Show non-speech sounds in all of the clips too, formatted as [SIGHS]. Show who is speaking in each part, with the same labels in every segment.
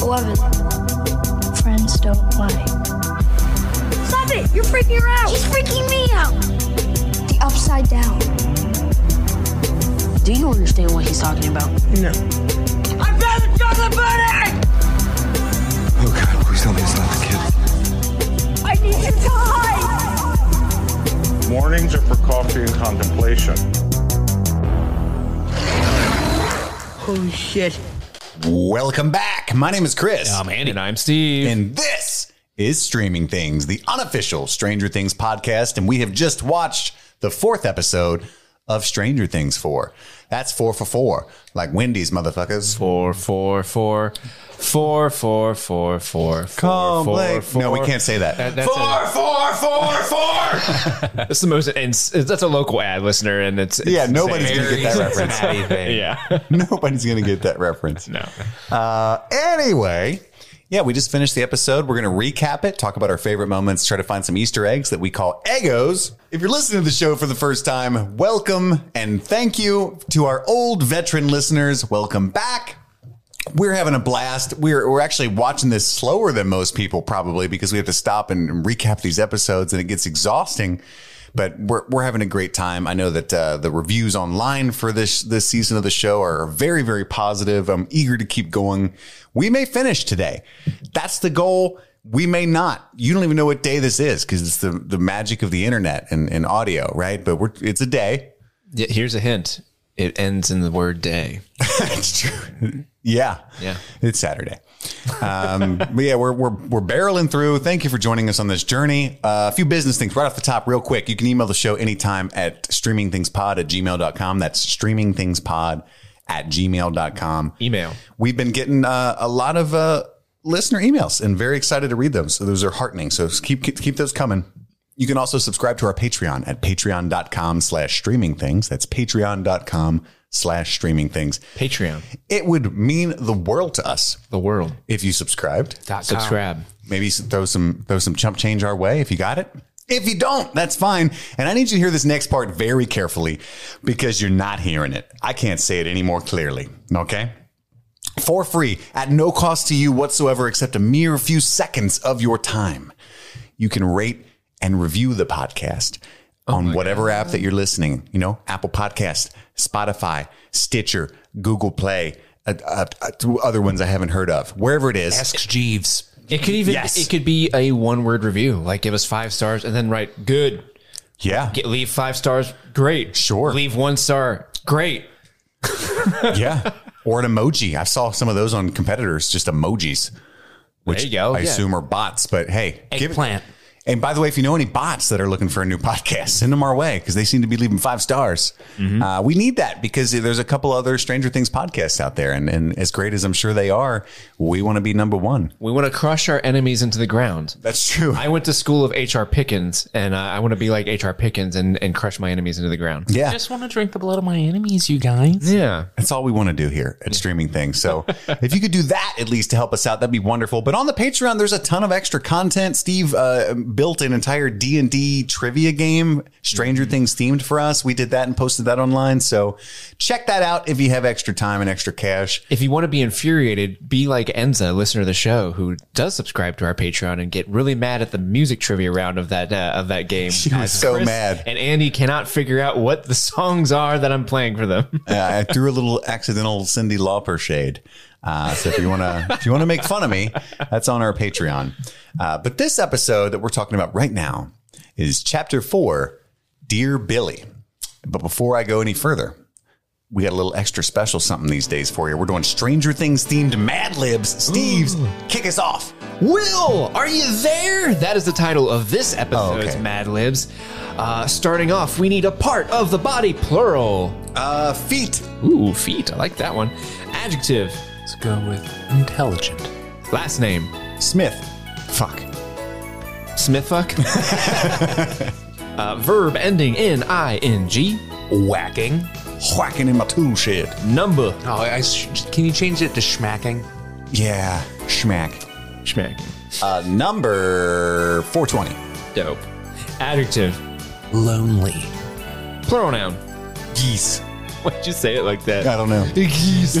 Speaker 1: 11. Friends don't play.
Speaker 2: Stop it! You're freaking her out!
Speaker 1: He's freaking me out! The upside down.
Speaker 3: Do you understand what he's talking about?
Speaker 4: No.
Speaker 2: I found the chocolate bunny!
Speaker 5: Oh God, please tell me it's not the kid.
Speaker 2: I need you to hide!
Speaker 6: Mornings are for coffee and contemplation.
Speaker 4: Holy shit.
Speaker 7: Welcome back. My name is Chris.
Speaker 8: I'm Andy. And I'm Steve.
Speaker 7: and this is Streaming Things, the unofficial Stranger Things podcast. And we have just watched the fourth episode of Stranger Things 4. That's four for four, like Wendy's motherfuckers.
Speaker 8: four, four, four, four, four, four, four,
Speaker 7: Come,
Speaker 8: four,
Speaker 7: Blake. No, we can't say that.
Speaker 8: that's a-
Speaker 7: four, four, four.
Speaker 8: [LAUGHS] That's the most, and s- that's a local ad listener, and it's, it's
Speaker 7: Yeah, nobody's
Speaker 8: insane.
Speaker 7: gonna get that
Speaker 8: Very
Speaker 7: [LAUGHS] reference.
Speaker 8: Cincinnati thing. yeah,
Speaker 7: [LAUGHS] Nobody's going to get that reference.
Speaker 8: no,
Speaker 7: Anyway, yeah, we just finished the episode. We're going to recap it, talk about our favorite moments, try to find some Easter eggs that we call Eggos. If you're listening to the show for the first time, welcome and thank you to our old veteran listeners. Welcome back. We're having a blast. We're, we're actually watching this slower than most people probably because we have to stop and recap these episodes and it gets exhausting. But we're, we're having a great time. I know that uh, the reviews online for this this season of the show are very very positive. I'm eager to keep going. We may finish today. That's the goal. We may not. You don't even know what day this is because it's the the magic of the internet and, and audio, right? But we're it's a day.
Speaker 8: Yeah, here's a hint. It ends in the word day.
Speaker 7: It's true. [LAUGHS] Yeah.
Speaker 8: Yeah.
Speaker 7: It's Saturday. Um, but yeah, we're, we're, we're barreling through. Thank you for joining us on this journey. Uh, a few business things right off the top, real quick. You can email the show anytime at streamingthingspod at gmail.com. That's streamingthingspod at gmail.com.
Speaker 8: Email.
Speaker 7: We've been getting uh, a lot of uh, listener emails and very excited to read them. So those are heartening. So keep, keep, keep those coming. You can also subscribe to our Patreon at patreon.com slash streaming things. That's patreon.com slash streaming things
Speaker 8: Patreon,
Speaker 7: it would mean the world to us
Speaker 8: the world.
Speaker 7: if you subscribed.
Speaker 8: Subscribe.
Speaker 7: Maybe s- throw some throw some chump change our way if you got it. If you don't, that's fine. And I need you to hear this next part very carefully because you're not hearing it. I can't say it any more clearly. Okay? For free, at no cost to you whatsoever, except a mere few seconds of your time. You can rate and review the podcast on whatever app that you're listening. You know, Apple Podcast, Spotify, Stitcher, Google Play, uh, uh, uh, other ones I haven't heard of. Wherever it is,
Speaker 9: Ask Jeeves.
Speaker 8: It could even
Speaker 7: Yes.
Speaker 8: it could be a one word review. Like give us five stars and then write good.
Speaker 7: yeah,
Speaker 8: Get, leave five stars. Great.
Speaker 7: Sure.
Speaker 8: Leave one star. Great.
Speaker 7: Yeah. Or an emoji. I saw some of those on competitors, just emojis, which
Speaker 8: There you go.
Speaker 7: I
Speaker 8: Yeah.
Speaker 7: assume are bots. But hey, give it.
Speaker 9: Eggplant.
Speaker 7: And by the way, if you know any bots that are looking for a new podcast, send them our way because they seem to be leaving five stars.
Speaker 8: Mm-hmm.
Speaker 7: Uh, we need that because there's a couple other Stranger Things podcasts out there. And, and as great as I'm sure they are, we want to be number one.
Speaker 8: We want to crush our enemies into the ground.
Speaker 7: That's true.
Speaker 8: I went to school of H.R. Pickens, and uh, I want to be like H.R. Pickens and, and crush my enemies into the ground.
Speaker 7: yeah.
Speaker 9: I just want to drink the blood of my enemies, you guys.
Speaker 8: Yeah.
Speaker 7: That's all we want to do here at Streaming Things. So if you could do that at least to help us out, that'd be wonderful. But on the Patreon, there's a ton of extra content. Steve uh, built an entire D and D trivia game, Stranger Things themed for us. We did that and posted that online. So check that out if you have extra time and extra cash.
Speaker 8: If you want to be infuriated, be like Enza, a listener of the show, who does subscribe to our Patreon and get really mad at the music trivia round of that uh, of that
Speaker 7: [LAUGHS]
Speaker 8: game. She
Speaker 7: was so mad.
Speaker 8: and Andy cannot figure out what the songs are that I'm playing for them.
Speaker 7: [LAUGHS] Uh, I threw a little accidental Cindy Lauper shade. Uh, so if you want to, if you want to make fun of me, that's on our Patreon. Uh, but this episode that we're talking about right now is Chapter Four, Dear Billy. But before I go any further, we got a little extra special something these days for you. We're doing Stranger Things themed Mad Libs. Steve's kick us off.
Speaker 8: Will, are you there? That is the title of this episode's
Speaker 7: Oh, okay.
Speaker 8: Mad Libs. Uh, starting off, we need a part of the body, plural.
Speaker 7: Uh, feet.
Speaker 8: Ooh, feet. I like that one. Adjective,
Speaker 9: Let's go with intelligent.
Speaker 8: last name,
Speaker 7: Smith.
Speaker 8: Fuck. Smith fuck? uh, verb ending in ing.
Speaker 9: Whacking.
Speaker 7: Whacking in my tool shed.
Speaker 8: Number.
Speaker 9: Oh, I, sh- can you change it to schmacking?
Speaker 7: Yeah. Schmack.
Speaker 8: Schmack.
Speaker 7: Uh, number 420.
Speaker 8: Dope. Adjective.
Speaker 9: Lonely.
Speaker 8: Plural noun.
Speaker 7: Geese.
Speaker 8: [LAUGHS] Why'd you say it like that? [LAUGHS]
Speaker 7: I don't know.
Speaker 8: Geese.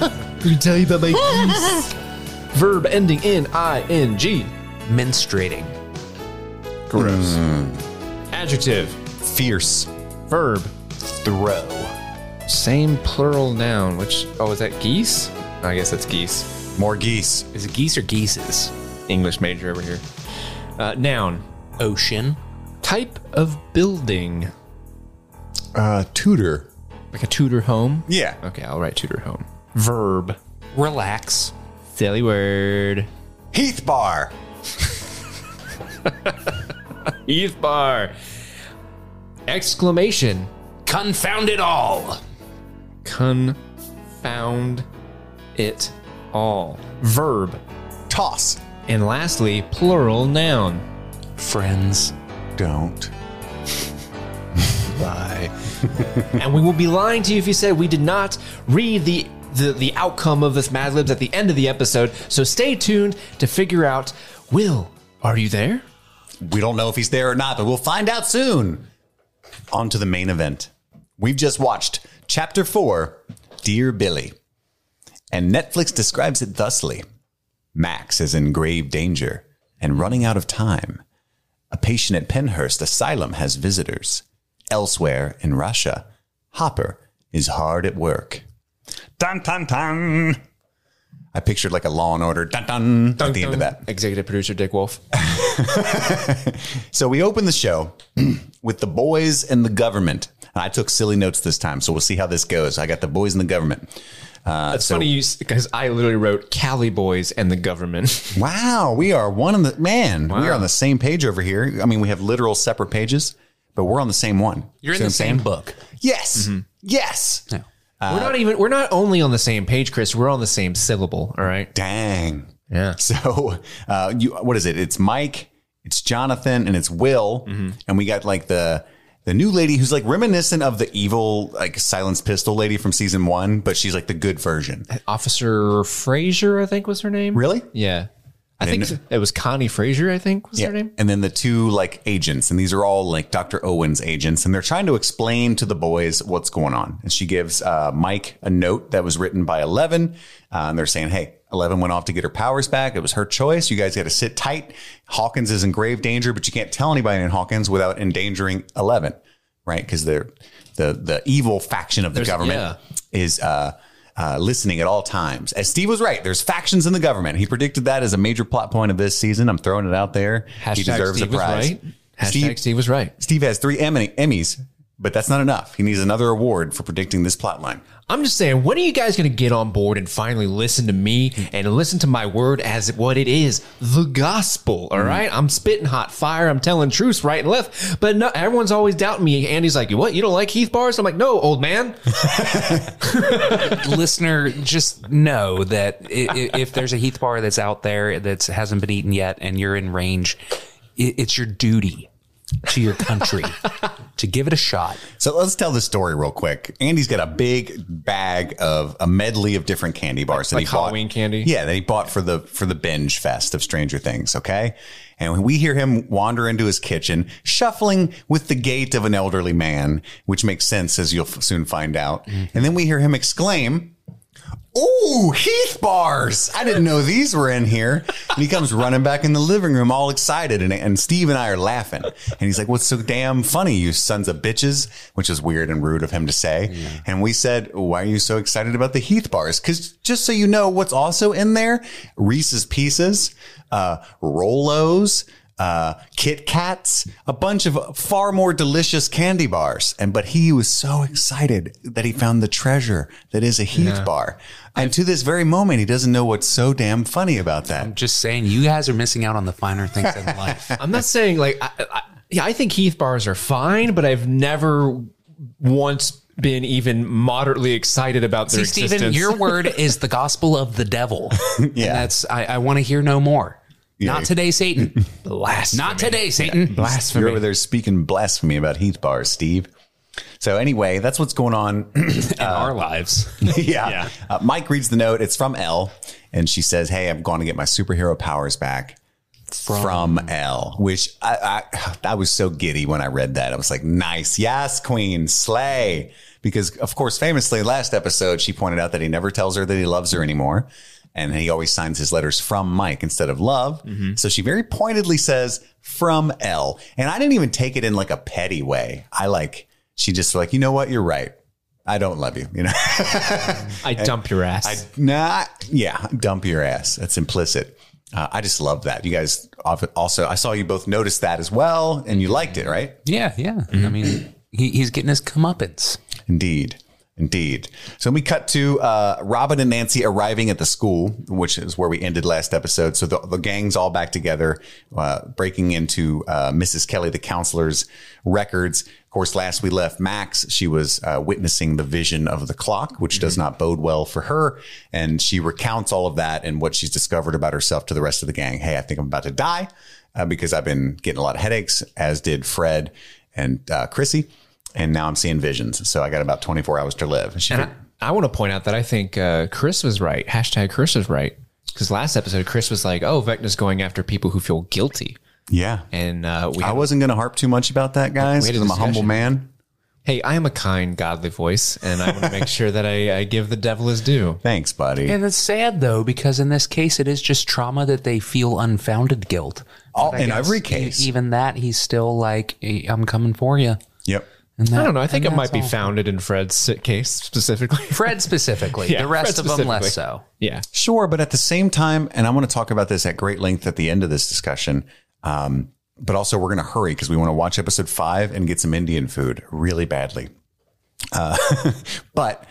Speaker 8: Let me tell you about my geese. Verb ending in ing.
Speaker 9: Menstruating.
Speaker 8: Gross. Adjective.
Speaker 7: Fierce.
Speaker 8: Verb.
Speaker 7: Throw.
Speaker 8: Same plural noun, which, oh, is that geese? I guess that's geese.
Speaker 7: More geese.
Speaker 9: Is it geese or geeses?
Speaker 8: English major over here. Uh, noun.
Speaker 9: Ocean.
Speaker 8: Type of building.
Speaker 7: Uh, Tudor.
Speaker 8: Like a Tudor home?
Speaker 7: Yeah.
Speaker 8: Okay, I'll write Tudor home. Verb.
Speaker 9: Relax.
Speaker 8: Silly word.
Speaker 7: Heath Bar.
Speaker 8: Heath bar. Exclamation.
Speaker 9: Confound it all.
Speaker 8: Confound it all. Verb.
Speaker 7: Toss.
Speaker 8: And lastly, plural noun.
Speaker 9: Friends.
Speaker 7: [LAUGHS] Don't.
Speaker 9: Bye.
Speaker 8: and we will be lying to you if you said we did not read the the, the outcome of this Mad Libs at the end of the episode. So stay tuned to figure out. Will, are you there?
Speaker 7: We don't know if he's there or not, but we'll find out soon. On to the main event. We've just watched Chapter 4 Dear Billy. And Netflix describes it thusly Max is in grave danger and running out of time. A patient at Penhurst Asylum has visitors. Elsewhere in Russia, Hopper is hard at work. Dun dun dun. I pictured like a Law and Order dun dun, at the end of that.
Speaker 8: Executive producer Dick Wolf.
Speaker 7: So we open the show [CLEARS THROAT] with the boys and the government. And I took silly notes this time, so we'll see how this goes. I got the boys and the government. Uh,
Speaker 8: That's funny you because I literally wrote Cali Boys and the government.
Speaker 7: Wow, we are one on the man. We
Speaker 8: Wow.
Speaker 7: are on the same page over here. I mean, we have literal separate pages, but we're on the same one.
Speaker 9: You're in
Speaker 7: See what
Speaker 9: the
Speaker 7: I'm
Speaker 9: same Mm-hmm.
Speaker 7: saying?
Speaker 9: book.
Speaker 7: Yes, yes.
Speaker 9: No.
Speaker 8: [LAUGHS] we're not even. We're not only on the same page, Chris. We're on the same syllable. All right.
Speaker 7: Dang.
Speaker 8: Yeah.
Speaker 7: So, uh, you what is it? It's Mike, it's Jonathan, and it's Will,
Speaker 9: Mm-hmm.
Speaker 7: and we got like the the new lady who's like reminiscent of the evil like silenced pistol lady from season one, but she's like the good version.
Speaker 8: Officer Frazier, I think was her name.
Speaker 7: Really?
Speaker 8: Yeah. I think
Speaker 7: And-
Speaker 8: it was Connie Frazier. I think was her name.
Speaker 7: And then the two like agents, and these are all like Dr. Owen's agents, and they're trying to explain to the boys what's going on. And she gives uh, Mike a note that was written by Eleven, uh, and they're saying, "Hey, Eleven went off to get her powers back. It was her choice. You guys got to sit tight. Hawkins is in grave danger, but you can't tell anybody in Hawkins without endangering Eleven, right? Because they're the the evil faction of the government
Speaker 8: yeah.
Speaker 7: is uh, uh, listening at all times. As Steve was right, there's factions in the government. He predicted that as a major plot point of this season. I'm throwing it out there. he deserves
Speaker 8: Steve
Speaker 7: a
Speaker 8: was
Speaker 7: prize.
Speaker 8: right. Hashtag
Speaker 7: Steve,
Speaker 8: Steve, was right.
Speaker 7: Steve has three Emmy, Emmys, but that's not enough. He needs another award for predicting this plot line.
Speaker 8: I'm just saying, when are you guys going to get on board and finally listen to me and listen to my word as what it is the gospel? All right? I'm spitting hot fire. I'm telling truths right and left. But no, everyone's always doubting me. Andy's like, What? You don't like Heath bars? I'm like, No, old [LAUGHS] man.
Speaker 9: [LAUGHS] listener, just know that i- i- if there's a Heath bar that's out there that hasn't been eaten yet and you're in range, i- it's your duty to your [LAUGHS] country to give it a shot.
Speaker 7: So let's tell this story real quick. Andy's got a big bag of a medley of different candy bars
Speaker 8: like
Speaker 7: that he bought.
Speaker 8: Halloween candy?
Speaker 7: Yeah, that he bought for the for the binge fest of Stranger Things. Okay, and when we hear him wander into his kitchen, shuffling with the gait of an elderly man, which makes sense as you'll f- soon find out.
Speaker 8: Mm-hmm.
Speaker 7: And then we hear him exclaim. Ooh, Heath bars. I didn't know these were in here. And he comes running back in the living room all excited. And, and Steve and I are laughing. And he's like, What's so damn funny, you sons of bitches? Which is weird and rude of him to say. And we said, Why are you so excited about the Heath bars? Because just so you know, what's also in there Reese's Pieces, uh, Rolos. Uh, Kit Kats, a bunch of far more delicious candy bars, and but he was so excited that he found the treasure that is a Heath bar, and to this very moment, he doesn't know what's so damn funny about that.
Speaker 9: Just saying, you guys are missing out on the finer things
Speaker 7: [LAUGHS]
Speaker 9: in life.
Speaker 8: I'm not saying like, I, I, yeah, I think Heath bars are fine, but I've never once been even moderately excited about their
Speaker 9: See,
Speaker 8: existence.
Speaker 9: Stephen, your word is the gospel of the devil.
Speaker 7: [LAUGHS] Yeah.
Speaker 9: And that's, I, I want to hear no more.
Speaker 7: Yeah.
Speaker 9: Not
Speaker 7: [LAUGHS]
Speaker 9: today, Satan.
Speaker 8: Blasphemy.
Speaker 9: Not today, Satan.
Speaker 7: Blasphemy! You're over there speaking blasphemy about Heath bars, Steve. So anyway, that's what's going on.
Speaker 9: in our lives.
Speaker 7: [LAUGHS] yeah. Uh, Mike reads the note. It's from L, and she says, "Hey, I'm going to get my superhero powers back." From, L, which I, I I was so giddy when I read that. I was like, "Nice, yes, Queen, slay!" Because of course, famously, last episode she pointed out that he never tells her that he loves her anymore, And he always signs his letters from Mike instead of love. So she very pointedly says from L. And I didn't even take it in like a petty way. I like, she just like, you know what? You're right. I don't love you. You know? [LAUGHS]
Speaker 8: I dump your ass.
Speaker 7: I nah, yeah, dump your ass. That's implicit. Uh, I just love that. You guys often- also, I saw you both noticed that as well, and you liked it, right?
Speaker 9: Yeah, yeah.
Speaker 7: Mm-hmm.
Speaker 9: I mean, he, he's getting his comeuppance.
Speaker 7: Indeed. Indeed. So we cut to uh, Robin and Nancy arriving at the school, which is where we ended last episode. So the, the gang's all back together, uh, breaking into uh, Mrs. Kelly, the counselor's records. Of course, last we left Max, she was uh, witnessing the vision of the clock, which does not bode well for her. And she recounts all of that and what she's discovered about herself to the rest of the gang. Hey, I think I'm about to die uh, because I've been getting a lot of headaches, as did Fred and uh, Chrissy and now I'm seeing visions. So I got about 24 hours to live. And she
Speaker 8: And I, I want to point out that I think uh, Chris was right. Hashtag Chris was right. Because last episode, Chris was like, oh, Vecna's going after people who feel guilty.
Speaker 7: yeah.
Speaker 8: And uh, we
Speaker 7: I wasn't going to harp too much about that, guys.
Speaker 8: We had a
Speaker 7: 'cause I'm a humble
Speaker 8: discussion.
Speaker 7: man.
Speaker 8: hey, I am a kind, godly voice, and I want to make sure that I, I give the devil his
Speaker 7: [LAUGHS]
Speaker 8: due.
Speaker 7: Thanks, buddy.
Speaker 9: And it's sad though, because in this case, it is just trauma that they feel unfounded guilt.
Speaker 7: All,
Speaker 9: But I
Speaker 7: in
Speaker 9: guess
Speaker 7: every
Speaker 9: e-
Speaker 7: case.
Speaker 9: even that, he's still like, "Hey, I'm coming for you.
Speaker 7: yep.
Speaker 9: And that,
Speaker 8: I don't know. I think it
Speaker 9: and
Speaker 8: might
Speaker 9: that's
Speaker 8: be
Speaker 9: all.
Speaker 8: founded in Fred's sit- case specifically. [LAUGHS]
Speaker 9: Fred
Speaker 7: [LAUGHS]
Speaker 9: specifically.
Speaker 8: Yeah,
Speaker 9: the rest
Speaker 8: Fred
Speaker 9: of them
Speaker 8: specifically.
Speaker 9: less so.
Speaker 8: yeah.
Speaker 7: Sure. But at the same time, and I want to talk about this at great length at the end of this discussion. Um, but also, we're going to hurry because we want to watch episode five and get some Indian food really badly. Uh, [LAUGHS] but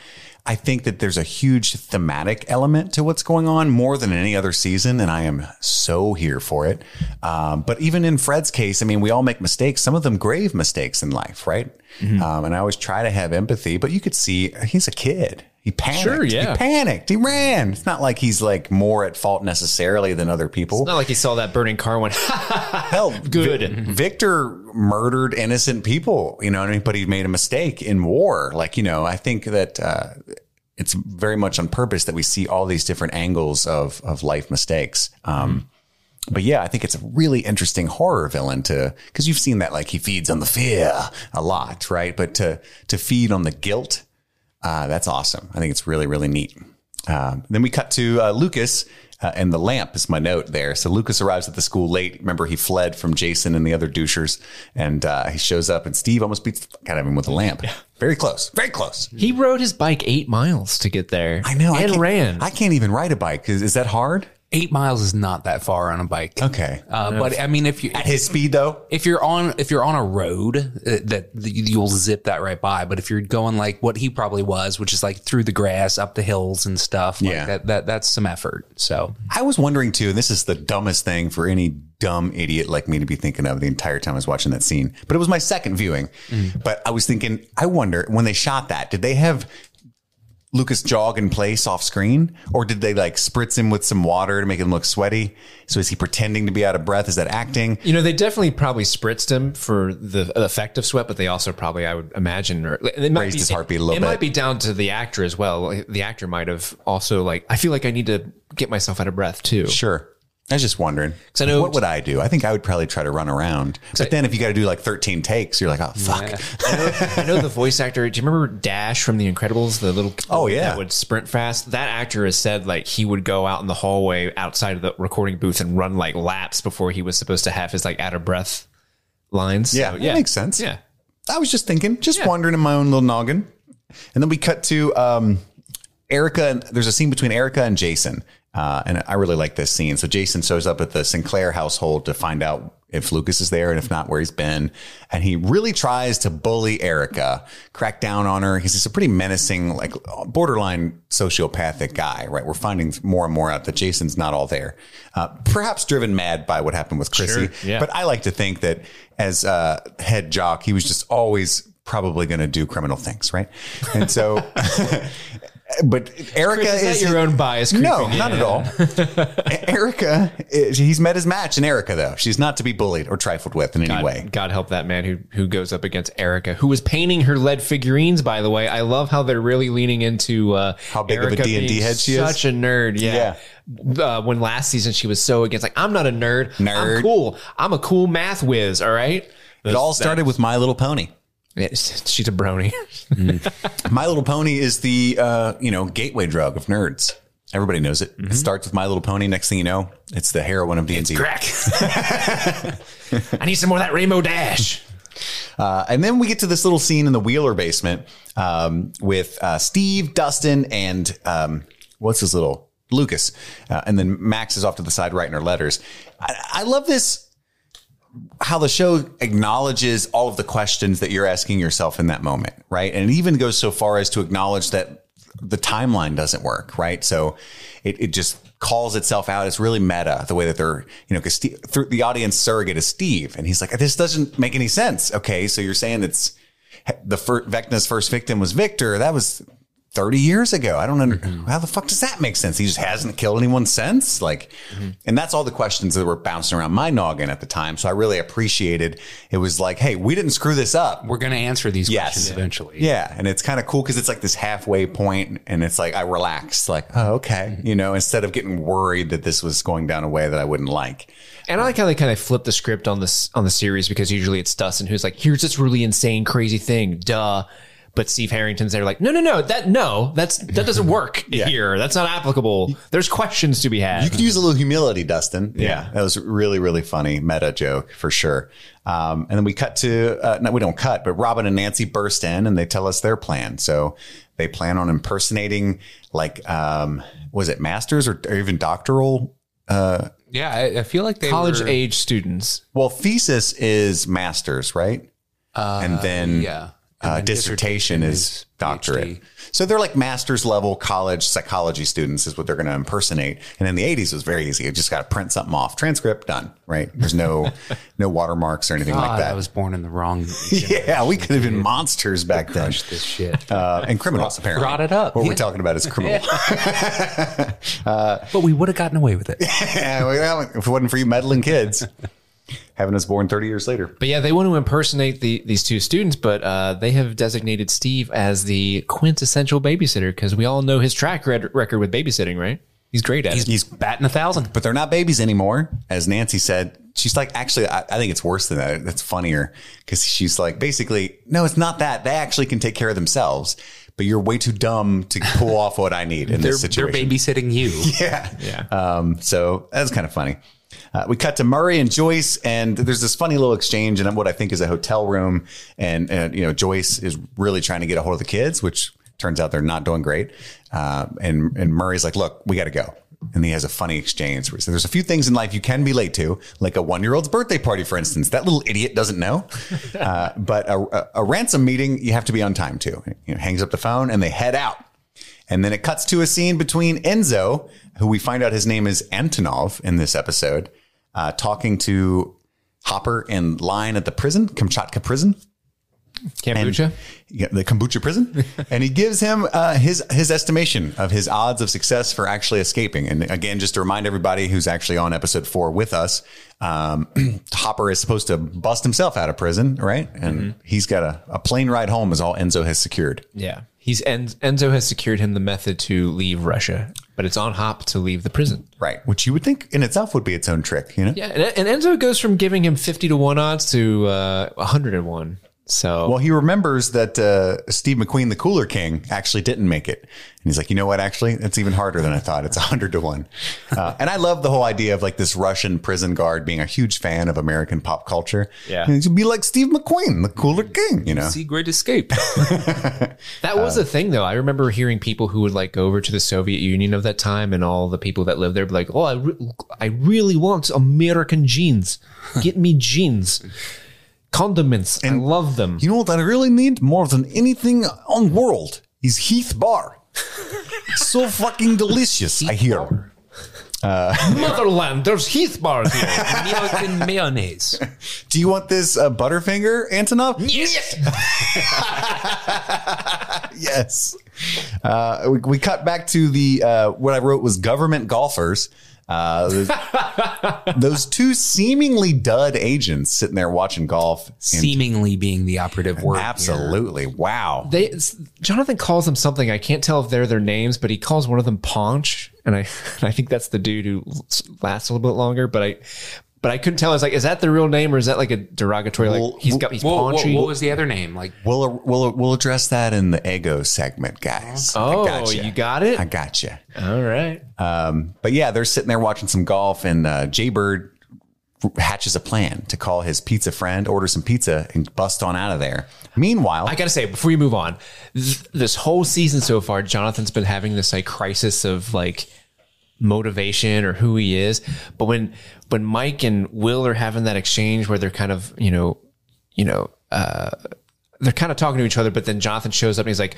Speaker 7: I think that there's a huge thematic element to what's going on more than any other season, and I am so here for it. Um, but even in Fred's case, I mean, we all make mistakes, some of them grave mistakes in life, right?
Speaker 8: Mm-hmm.
Speaker 7: Um, and I always try to have empathy, but you could see he's a kid. He panicked.
Speaker 8: Sure, yeah.
Speaker 7: He panicked. He ran. It's not like he's like more at fault necessarily than other people.
Speaker 8: Not like he saw that burning car and went, [LAUGHS] ha,
Speaker 7: Hell,
Speaker 8: Good.
Speaker 7: Vi- Victor murdered innocent people. You know what I mean? But he made a mistake in war. Like, you know, I think that uh, it's very much on purpose that we see all these different angles of of life mistakes. Um, But yeah, I think it's a really interesting horror villain to because you've seen that like he feeds on the fear a lot, right? But to to feed on the guilt, uh, that's awesome. I think it's really really neat. Um, then we cut to uh, Lucas uh, and the lamp is my note there. So Lucas arrives at the school late. Remember, he fled from Jason and the other douchers, and uh, he shows up, and Steve almost beats the fuck out of him with a lamp. Very close, very close.
Speaker 8: he rode his bike eight miles to get there.
Speaker 7: I know. I
Speaker 8: And
Speaker 7: can't-
Speaker 8: ran.
Speaker 7: I can't even ride a bike. Is, is that hard?
Speaker 9: Eight miles is not that far on a bike.
Speaker 7: Okay.
Speaker 9: Uh, but I mean, if you
Speaker 7: At his speed, though,
Speaker 9: if you're on if you're on a road uh, that you'll zip that right by but if you're going like what he probably was which is like through the grass up the hills and stuff like
Speaker 7: Yeah.
Speaker 9: that, that that's some effort so
Speaker 7: I was wondering too, and this is the dumbest thing for any dumb idiot like me to be thinking of the entire time I was watching that scene. But it was my second viewing.
Speaker 8: Mm-hmm.
Speaker 7: But I was thinking, I wonder when they shot that, did they have Lucas jog in place off screen? Or did they like spritz him with some water to make him look sweaty? So is he pretending to be out of breath? Is that acting?
Speaker 8: You know, they definitely probably spritzed him for the effect of sweat, but they also probably, I would imagine, or it might
Speaker 7: Raised
Speaker 8: be,
Speaker 7: his heartbeat a little
Speaker 8: It might
Speaker 7: bit.
Speaker 8: be down to the actor as well. The actor might have also like, I feel like I need to get myself out of breath too.
Speaker 7: Sure. I was just wondering.
Speaker 8: 'Cause I know-
Speaker 7: what would I do? I think I would probably try to run around. But then if you got to do like 13 takes, you're like, oh, fuck.
Speaker 8: I know the voice actor. Do you remember Dash from The Incredibles? The little
Speaker 7: Oh, yeah.
Speaker 8: that would sprint fast. That actor has said like he would go out in the hallway outside of the recording booth and run like laps before he was supposed to have his like out of breath lines.
Speaker 7: Yeah,
Speaker 8: So,
Speaker 7: that makes sense.
Speaker 8: Yeah,
Speaker 7: [LAUGHS] I was just thinking, just wandering in my own little noggin. And then we cut to um, Erica. And there's a scene between Erica and Jason. Uh, and I really like this scene. So Jason shows up at the Sinclair household to find out if Lucas is there and if not, where he's been. And he really tries to bully Erica, crack down on her. He's just a pretty menacing, like borderline sociopathic guy, right? We're finding more and more out that Jason's not all there. Uh, perhaps driven mad by what happened with Chrissy.
Speaker 8: yeah.
Speaker 7: But I like to think that as uh, head jock, he was just always probably going to do criminal things, right? And so, but Erica
Speaker 8: Chris, is
Speaker 7: is
Speaker 8: that your own bias creeping
Speaker 7: No,
Speaker 8: in?
Speaker 7: not at all. E-,
Speaker 8: [LAUGHS]
Speaker 7: Erica, eh, he's met his match in Erica though. She's not to be bullied or trifled with in any
Speaker 8: God,
Speaker 7: way.
Speaker 8: God help that man who who goes up against Erica, who was painting her lead figurines. By the way, I love how they're really leaning into uh,
Speaker 7: How big of a D&D
Speaker 8: being
Speaker 7: head she is?
Speaker 8: Such a nerd. Yeah. Uh, when last season she was so against, like I'm not a nerd.
Speaker 7: Nerd.
Speaker 8: I'm cool. I'm a cool math whiz. All right.
Speaker 7: It all started with My Little Pony.
Speaker 8: Yeah, she's a
Speaker 7: [LAUGHS]
Speaker 8: brony.
Speaker 7: My Little Pony is the uh, you know gateway drug of nerds. Everybody knows it.
Speaker 8: Mm-hmm.
Speaker 7: It starts with My Little Pony. Next thing you know, it's the heroine of D&D.
Speaker 8: Crack. [LAUGHS] I need some more of that rainbow dash.
Speaker 7: Uh, and then we get to this little scene in the Wheeler basement um, with uh, Steve, Dustin, and um, what's his little Lucas. Uh, and then Max is off to the side writing her letters. I, I love this. How the show acknowledges all of the questions that you're asking yourself in that moment, right? And it even goes so far as to acknowledge that the timeline doesn't work, right? So it, it just calls itself out. It's really meta the way that they're, you know, because Steve, through the audience surrogate is Steve, and he's like, this doesn't make any sense. Okay, so you're saying it's the fir- Vecna's first victim was Victor. That was 30 years ago. I don't under- how the fuck does that make sense? He just hasn't killed anyone since. Like, and that's all the questions that were bouncing around my noggin at the time. So I really appreciated it was like, hey, we didn't screw this up.
Speaker 9: We're going to answer these
Speaker 7: Yes.
Speaker 9: questions eventually.
Speaker 7: Yeah, and it's kind of cool because it's like this halfway point, and it's like I relaxed, like oh okay, you know, instead of getting worried that this was going down a way that I wouldn't like.
Speaker 8: And I like how they kind of flip the script on this on the series because usually it's Dustin who's like, "Here's this really insane, crazy thing, duh." But Steve Harrington's there, like, "No, no, no, that no, that's that doesn't
Speaker 9: [LAUGHS]
Speaker 8: work here. That's not applicable. There's questions to be
Speaker 7: You
Speaker 8: had."
Speaker 7: could use a little humility, Dustin. Yeah, that was really really funny meta joke for sure. Um, and then we cut to uh, no, we don't cut, but Robin and Nancy burst in and they tell us their plan. So they plan on impersonating like um, was it masters or, or even doctoral
Speaker 9: Yeah, I, I feel like they
Speaker 8: College
Speaker 9: were-
Speaker 8: age students.
Speaker 7: Well, thesis is master's, right? Uh, and then
Speaker 9: yeah. And
Speaker 7: uh,
Speaker 9: then
Speaker 7: dissertation,
Speaker 9: dissertation
Speaker 7: is
Speaker 9: is
Speaker 7: doctorate.
Speaker 9: PhD.
Speaker 7: So they're like master's level college psychology students is what they're going to impersonate. And in the 80s, it was very easy. You just got to print something off, transcript done, right? There's
Speaker 9: [LAUGHS]
Speaker 7: no no watermarks or anything
Speaker 9: God,
Speaker 7: like that. [LAUGHS]
Speaker 9: I was born in the wrong.
Speaker 7: yeah, we could have been monsters back then.
Speaker 9: Crushed this shit.
Speaker 7: Uh, and criminals, apparently.
Speaker 9: brought it up,
Speaker 7: What we're
Speaker 9: yeah.
Speaker 7: talking about is
Speaker 9: [LAUGHS]
Speaker 7: criminal.
Speaker 9: but we would have gotten away with it.
Speaker 7: [LAUGHS] Yeah, well, if it wasn't for you meddling
Speaker 9: [LAUGHS]
Speaker 7: kids, having us born 30 years later.
Speaker 8: But yeah, they want to impersonate the, these two students, but uh, they have designated Steve as the quintessential babysitter because we all know his track red- record with babysitting, right? He's great at it.
Speaker 9: He's batting a thousand.
Speaker 7: but they're not babies anymore. As Nancy said, she's like, actually, I, I think it's worse than that. That's funnier because she's like, basically, no, it's not that. They actually can take care of themselves, but you're way too dumb to pull off what I need in
Speaker 9: They're,
Speaker 7: this
Speaker 9: they're
Speaker 7: situation.
Speaker 9: babysitting you.
Speaker 7: [LAUGHS] Yeah. Um, so that was kind of funny. Uh, we cut to Murray and Joyce, and there's this funny little exchange in what I think is a hotel room. And, and you know, Joyce is really trying to get a hold of the kids, which turns out they're not doing great. Uh, and, and Murray's like, look, we got to go. And he has a funny exchange where he said, There's a few things in life you can be late to, like a one year old's birthday party, for instance. That little idiot doesn't know. Uh, but a, a, a ransom meeting, you have to be on time to. You know, hangs up the phone and they head out. And then it cuts to a scene between Enzo, who we find out his name is Antonov in this episode, uh, talking to Hopper and Line at the prison, Kamchatka prison,
Speaker 8: Kombucha.
Speaker 7: yeah, the Kombucha prison. and he gives him uh, his his estimation of his odds of success for actually escaping. And again, just to remind everybody who's actually on episode four with us, um, [CLEARS THROAT] Hopper is supposed to bust himself out of prison, right? And he's got a, a plane ride home is all Enzo has secured.
Speaker 8: Yeah. He's En- Enzo has secured him the method to leave Russia, but it's on Hop to leave the prison.
Speaker 7: Right. Which you would think in itself would be its own trick, you know?
Speaker 8: Yeah, and, and Enzo goes from giving him 50 to 1 odds to uh, 101. So
Speaker 7: Well, he remembers that uh, Steve McQueen, the Cooler King, actually didn't make it, and he's like, you know what? Actually, it's even harder than I thought. It's hundred to one, uh, and I love the whole idea of like this Russian prison guard being a huge fan of American pop culture.
Speaker 8: Yeah.
Speaker 7: and he'd be like Steve McQueen, the Cooler King. You know,
Speaker 9: Great Escape.
Speaker 8: that was the thing, though. I remember hearing people who would like go over to the Soviet Union of that time and all the people that lived there be like, oh, I, re- I really want American jeans. Get me jeans. Condiments. I love them.
Speaker 7: you know what I really need more than anything on world is Heath Bar. [LAUGHS] so fucking delicious, I hear.
Speaker 8: Motherland, there's Heath bars here.
Speaker 9: Milk and mayonnaise.
Speaker 7: Do you want this uh, Butterfinger, Antonov? yes. Uh, we, we cut back to the uh, what I wrote was government golfers. Uh,
Speaker 8: [LAUGHS]
Speaker 7: those, those two seemingly dud agents sitting there watching golf. and-
Speaker 9: Seemingly being the operative word. here.
Speaker 7: absolutely. Wow.
Speaker 8: they s- Jonathan calls them something. I can't tell if they're their names, but he calls [LAUGHS] one of them Paunch, and I and I think that's the dude who l- lasts a little bit longer. But I but but I couldn't tell. I was like, is that the real name or is that like a derogatory? Like
Speaker 7: Well,
Speaker 8: he's got he's
Speaker 9: What, what,
Speaker 8: paunchy.
Speaker 9: what was the other name? Like
Speaker 7: We'll we'll we'll address that in the ego segment, guys.
Speaker 8: oh,
Speaker 7: I gotcha.
Speaker 8: you got it.
Speaker 7: I gotcha.
Speaker 8: All right.
Speaker 7: But yeah, they're sitting there watching some golf, and uh, Jaybird hatches a plan to call his pizza friend, order some pizza, and bust on out of there. Meanwhile,
Speaker 8: I gotta say before you move on, th- this whole season so far, Jonathan's been having this like crisis of like motivation or who he is. But when when Mike and Will are having that exchange where they're kind of you know you know uh, they're kind of talking to each other, but then Jonathan shows up and he's like.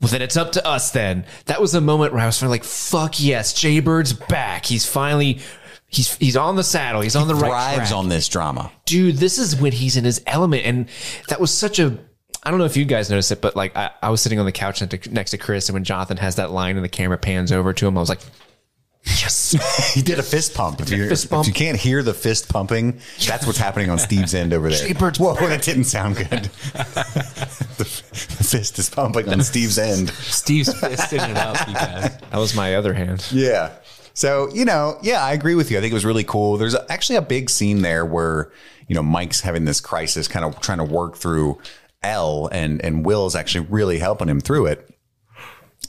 Speaker 8: Well, then it's up to us. Then that was the moment where I was sort of like, "Fuck yes, Jaybird's back. He's finally, he's he's on the saddle. He's on the right track."
Speaker 7: thrives on this drama.
Speaker 8: dude, this is when he's in his element. And that was such a, I don't know if you guys noticed it, but like I, I was sitting on the couch next to, next to Chris, and when Jonathan has that line and the camera pans over to him, I was like,
Speaker 7: [LAUGHS]
Speaker 8: yes.
Speaker 7: He did a fist pump. If, you
Speaker 8: fist pump.
Speaker 7: if you can't hear the fist pumping, that's what's happening on Steve's end over there.
Speaker 8: Jaybird's
Speaker 7: Whoa, that didn't sound good. [LAUGHS] the, f- the fist is pumping on Steve's end.
Speaker 9: Steve's fisting it up,
Speaker 7: [LAUGHS]
Speaker 9: you guys.
Speaker 8: that was my other hand.
Speaker 7: Yeah. So, you know, yeah, I agree with you. I think it was really cool. There's actually a big scene there where, you know, Mike's having this crisis, kind of trying to work through L, and, and Will's actually really helping him through it.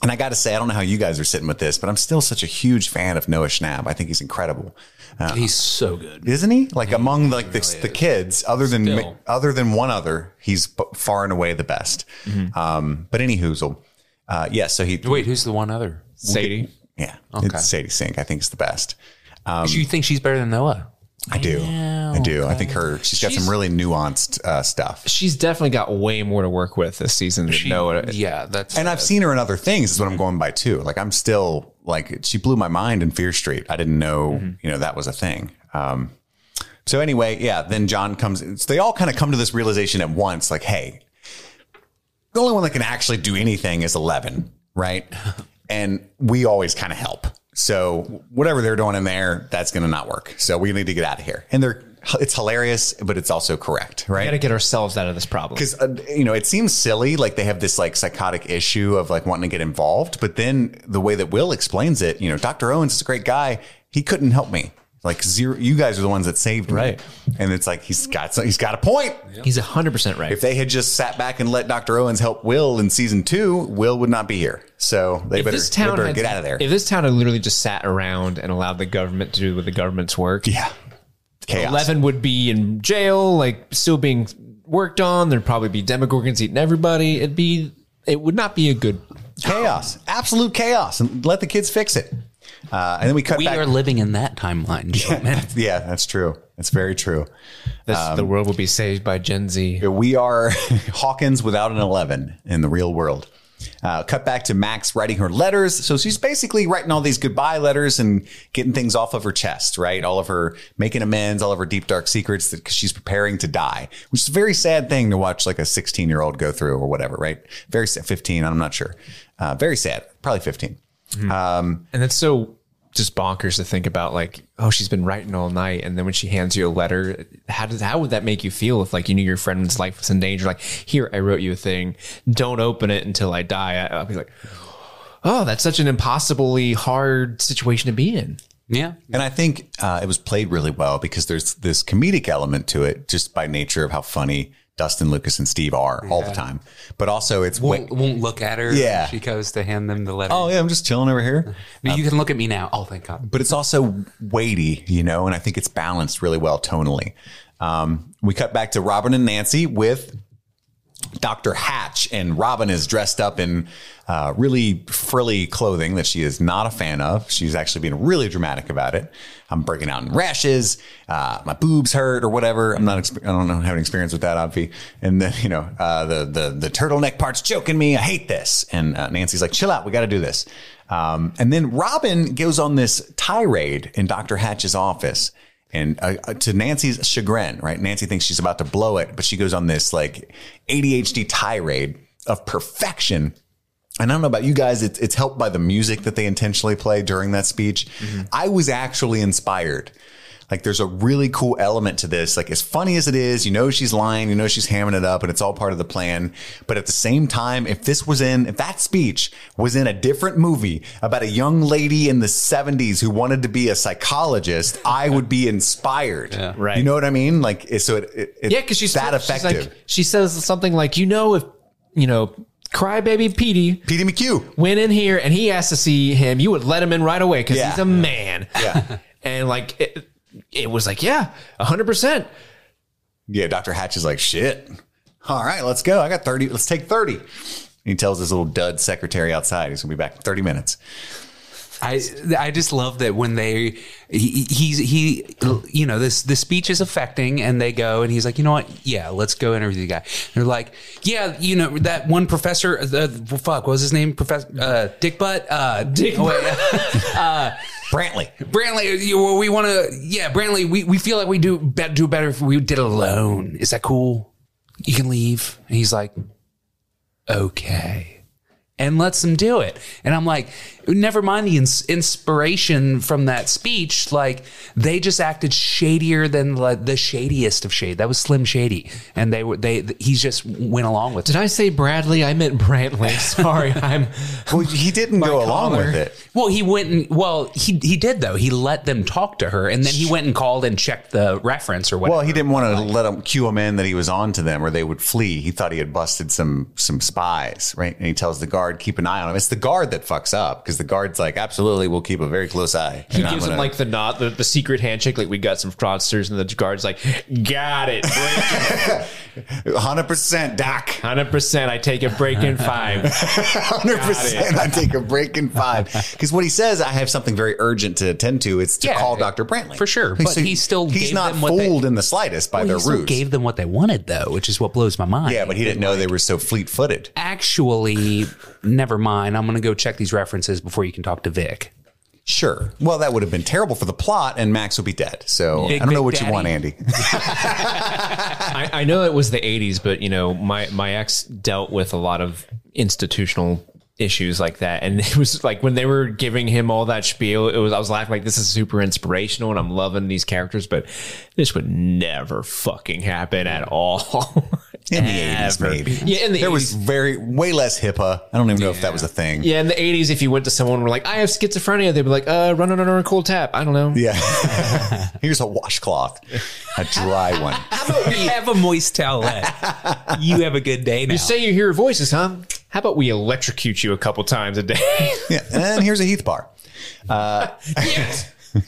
Speaker 7: And I got to say, I don't know how you guys are sitting with this, but I'm still such a huge fan of Noah Schnapp. I think he's incredible,
Speaker 9: He's so good.
Speaker 7: isn't he? Like among like the, the kids, other than
Speaker 9: Still.
Speaker 7: other than one other, he's b- far and away the best. Um, but any hoozle, uh, yeah. So he,
Speaker 9: Wait, who's the one other?
Speaker 8: Sadie.
Speaker 7: yeah,
Speaker 9: Okay.
Speaker 7: it's Sadie Sink. I think is the best.
Speaker 9: Do you think she's better than Noah?
Speaker 7: Um, I do. I do. I think her, she's got some really nuanced uh, stuff.
Speaker 8: She's definitely got way more to work with this season than Noah.
Speaker 9: Yeah, that's
Speaker 7: And I've seen her in other things, is what I'm going by too. Like, I'm still, like, she blew my mind in Fear Street. I didn't know, you know, that was a thing. Um, so, anyway, yeah, then John comes. So they all kind of come to this realization at once like, hey, the only one that can actually do anything is 11, right? and we always kind of help. So whatever they're doing in there, that's going to not work. So we need to get out of here. And they're, it's hilarious, but it's also correct, right?
Speaker 8: We gotta get ourselves out of this problem.
Speaker 7: because uh, you know it seems silly like they have this like psychotic issue of like wanting to get involved but then the way that will explains it you know dr owens is a great guy he couldn't help me like zero you guys are the ones that saved me
Speaker 8: Right.
Speaker 7: and it's like he's got some, he's got a point
Speaker 8: He's hundred percent right.
Speaker 7: if they had just sat back and let dr owens help will in season two will would not be here so they
Speaker 8: If
Speaker 7: better,
Speaker 8: this
Speaker 7: they
Speaker 8: town
Speaker 7: better
Speaker 8: had-
Speaker 7: get out of there
Speaker 8: If this town had literally just sat around and allowed the government to do the government's work,
Speaker 7: yeah chaos
Speaker 8: Eleven would be in jail, like still being worked on. There'd probably be demogorgons eating everybody. It'd be it would not be a good
Speaker 7: chaos absolute chaos and let the kids fix it uh, and then we cut
Speaker 9: we
Speaker 7: back
Speaker 9: are living in
Speaker 7: [LAUGHS]
Speaker 9: that timeline, gentlemen.
Speaker 7: yeah that's true that's very true
Speaker 8: this, the world would be saved by Gen Z.
Speaker 7: We are [LAUGHS] Hawkins without an 11 in the real world. Uh, cut back to Max writing her letters. So she's basically writing all these goodbye letters and getting things off of her chest, right? All of her making amends, all of her deep, dark secrets that cause she's preparing to die, which is a very sad thing to watch like a 16 year old go through or whatever, right? Very sad. 15, I'm not sure. Uh, very sad. Probably 15.
Speaker 8: And it's so just bonkers to think about like, oh, she's been writing all night and then when she hands you a letter, how does how would that make you feel if like you knew your friend's life was in danger? Like, here, I wrote you a thing. Don't open it until I die. I, I'll be like, Oh, that's such an impossibly hard situation to be in.
Speaker 9: yeah.
Speaker 7: And I think uh, it was played really well because there's this comedic element to it just by nature of how funny Dustin, Lucas, and Steve are all the time. But also, it's way-
Speaker 9: Won't, won't look at her. when
Speaker 7: Yeah.
Speaker 9: She goes to hand them the letter.
Speaker 7: oh yeah, I'm just chilling over here.
Speaker 9: No, you can look at me now. Oh, thank God.
Speaker 7: But it's also weighty, you know, and I think it's balanced really well tonally. Um, we cut back to Robin and Nancy with Dr. Hatch, and Robin is dressed up in uh, really frilly clothing that she is not a fan of. She's actually being really dramatic about it. I'm breaking out in rashes. Uh, my boobs hurt or whatever. I'm not. Exp- I don't know, have an experience with that, obvi. And then you know uh, the the the turtleneck part's choking me. I hate this. And uh, Nancy's like, "Chill out. We got to do this." Um, and then Robin goes on this tirade in Dr. Hatch's office and uh, uh, to Nancy's chagrin, right? Nancy thinks she's about to blow it, but she goes on this like ADHD tirade of perfection. And I don't know about you guys, it's, it's
Speaker 8: Mm-hmm.
Speaker 7: helped by the music that they intentionally play during that speech. I was actually inspired. Like there's a really cool element to this. Like as funny as it is, you know she's lying, you know she's hamming it up, and it's all part of the plan. But at the same time, if this was in if that speech was in a different movie about a young lady in the 70s who wanted to be a psychologist, I would be inspired.
Speaker 8: Right.
Speaker 7: You know what I mean? Like it- so it, it, it
Speaker 8: Yeah, because she's
Speaker 7: that
Speaker 8: she's like-
Speaker 7: effective.
Speaker 8: she says something like, "You know, if you know, crybaby Petey
Speaker 7: Petey McHugh.
Speaker 8: went in here and he asked to see him, you would let him in right away because
Speaker 7: Yeah.
Speaker 8: he's a man." [LAUGHS]
Speaker 7: Yeah.
Speaker 8: and like it, it was like, yeah, hundred percent.
Speaker 7: Yeah, Dr. Hatch is like, shit. All right, let's go. I got 30. Let's take 30. And he tells his little dud secretary outside he's going to be back in 30 minutes.
Speaker 9: I I just love that when they he he's he you know this the speech is affecting and they go and he's like you know what yeah let's go interview the guy they're like yeah you know that one professor uh, fuck what was his name professor uh, Dick Butt uh, Dick
Speaker 8: [LAUGHS]
Speaker 9: [LAUGHS]
Speaker 7: Brantley.
Speaker 9: Brantley you, we want to yeah Brantley we, we feel like we do bet, do better if we did it alone is that cool you can leave and he's like okay and lets them do it. And I'm like, never mind the ins- inspiration from that speech. Like they just acted shadier than like, the shadiest of shade. That was Slim Shady, and they were they. th- He just went along with
Speaker 8: Did
Speaker 9: it.
Speaker 8: I say Bradley? I meant Brantley.
Speaker 9: [LAUGHS]
Speaker 8: Sorry, I'm.
Speaker 7: Well, he didn't go along
Speaker 8: collar.
Speaker 7: with it.
Speaker 9: Well, he went and well, he he did though. He let them talk to her, and then he went and called and checked the reference or whatever.
Speaker 7: Well, he didn't want to let him cue him in that he was on to them or they would flee. He thought he had busted some some spies, right? And he tells the guard, keep an eye on him. It's the guard that fucks up because the guard's like, absolutely, we'll keep a very close eye.
Speaker 8: He
Speaker 7: And I'm
Speaker 8: gives him
Speaker 7: gonna-
Speaker 8: like the nod, the, the secret handshake. Like we got some fraudsters, and the guard's like, "Got it,
Speaker 7: 100%
Speaker 8: [LAUGHS]
Speaker 7: doc.
Speaker 8: hundred percent. I take a break in five.
Speaker 7: hundred percent. I take a break in
Speaker 9: [LAUGHS]
Speaker 7: five because what he says, I have something very urgent to attend to. It's to
Speaker 9: Yeah,
Speaker 7: call Doctor Brantley
Speaker 9: for sure,
Speaker 7: Like,
Speaker 9: but he still
Speaker 7: he's
Speaker 9: gave
Speaker 7: not
Speaker 9: them what they-
Speaker 7: fooled in the slightest by
Speaker 9: Well, he
Speaker 7: their
Speaker 9: still
Speaker 7: ruse.
Speaker 9: gave them what they wanted though, which is what blows my mind.
Speaker 7: yeah, but he didn't know they were so fleet footed.
Speaker 9: actually, never mind. I'm gonna go check these references before you can talk to Vic.
Speaker 7: Sure. Well, that would have been terrible for the plot, and Max would be dead. So
Speaker 9: Big
Speaker 7: I don't know
Speaker 9: Big
Speaker 7: what you
Speaker 9: Daddy.
Speaker 7: want, Andy. [LAUGHS]
Speaker 8: I, I know it was the 80s, but you know, my my ex dealt with a lot of institutional issues like that, and [LAUGHS] it was like when they were giving him all that spiel, it was I was laughing like this is super inspirational, and I'm loving these characters, but this would never fucking happen at all. [LAUGHS]
Speaker 7: In the eighties,
Speaker 8: Ever.
Speaker 7: maybe.
Speaker 8: Yeah, in the
Speaker 7: there
Speaker 8: 80s.
Speaker 7: was very way less HIPAA. I don't even know if that was a thing.
Speaker 8: yeah, in the 80s, if you went to someone and were like, I have schizophrenia, they'd be like, uh, run under a cold tap. I don't know.
Speaker 7: Yeah. [LAUGHS] Here's a washcloth, a dry
Speaker 9: [LAUGHS]
Speaker 7: one.
Speaker 9: have a moist towelette. you have a good day now.
Speaker 8: You say you hear voices, huh? How about we electrocute you a couple times a day?
Speaker 7: Yeah. And here's a Heath bar. Uh,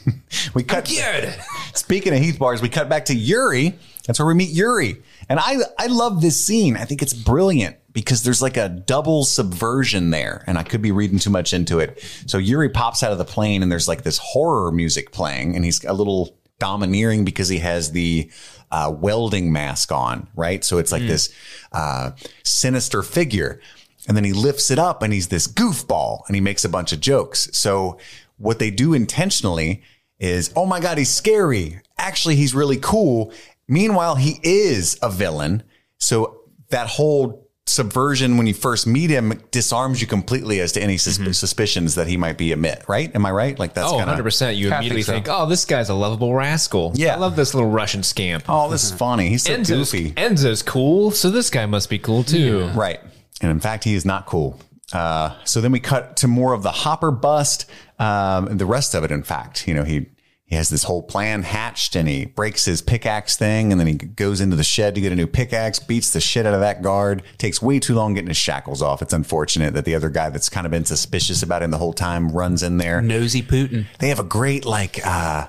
Speaker 7: we cut.
Speaker 9: Good.
Speaker 7: [LAUGHS] Speaking of Heath bars, we cut back to Yuri. That's where we meet Yuri. And I I love this scene. I think it's brilliant because there's like a double subversion there. And I could be reading too much into it. So Yuri pops out of the plane and there's like this horror music playing and he's a little domineering because he has the uh, welding mask on, right? So it's like this uh, sinister figure. And then he lifts it up and he's this goofball and he makes a bunch of jokes. So what they do intentionally is, oh my God, he's scary. Actually, he's really cool. Meanwhile, he is a villain. So that whole subversion when you first meet him disarms you completely as to any sus- suspicions that he might be a myth, right? Am I right? Like that's
Speaker 8: Mm-hmm. Oh,
Speaker 7: kind
Speaker 8: 100
Speaker 7: of.
Speaker 8: percent. You
Speaker 9: I
Speaker 8: immediately
Speaker 9: think
Speaker 8: think, "Oh, this guy's a lovable rascal."
Speaker 7: Yeah.
Speaker 8: I love this little Russian scamp.
Speaker 7: Oh, this is funny. He's so
Speaker 8: Enzo's,
Speaker 7: goofy.
Speaker 8: Enzo's cool, so this guy must be cool too.
Speaker 7: Right. And in fact, he is not cool. Uh, so then we cut to more of the Hopper bust. Um, and the rest of it, in fact, you know, he he has this whole plan hatched, and he breaks his pickaxe thing, and then he goes into the shed to get a new pickaxe, beats the shit out of that guard. Takes way too long getting his shackles off. It's unfortunate that the other guy that's kind of been suspicious about him the whole time runs in there.
Speaker 9: Nosy Putin.
Speaker 7: They have a great like. Uh,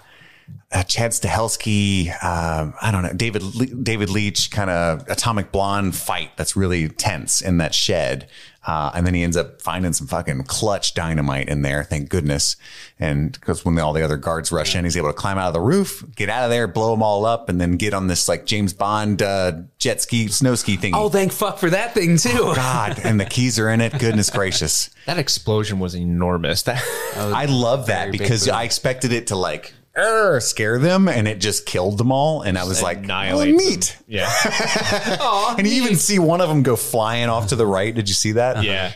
Speaker 7: uh, Chad Stahelski, um, I don't know, David Le- David Leach kind of atomic blonde fight that's really tense in that shed. Uh, and then he ends up finding some fucking clutch dynamite in there, thank goodness. And because when all the other guards rush in, he's able to climb out of the roof, get out of there, blow them all up, and then get on this like James Bond uh, jet ski, snow ski thing.
Speaker 9: Oh, thank fuck for that thing too.
Speaker 7: God. And the keys are in it. Goodness gracious.
Speaker 8: That explosion was enormous. That
Speaker 7: I love that
Speaker 9: very big
Speaker 7: because
Speaker 9: boom.
Speaker 7: I expected it to like er, scare them, and it just killed them all. And I was [LAUGHS] like, "Oh, neat.
Speaker 8: Yeah,
Speaker 7: [LAUGHS] And you even see one of them go flying off to the right. Did you see that? [LAUGHS]
Speaker 8: yeah.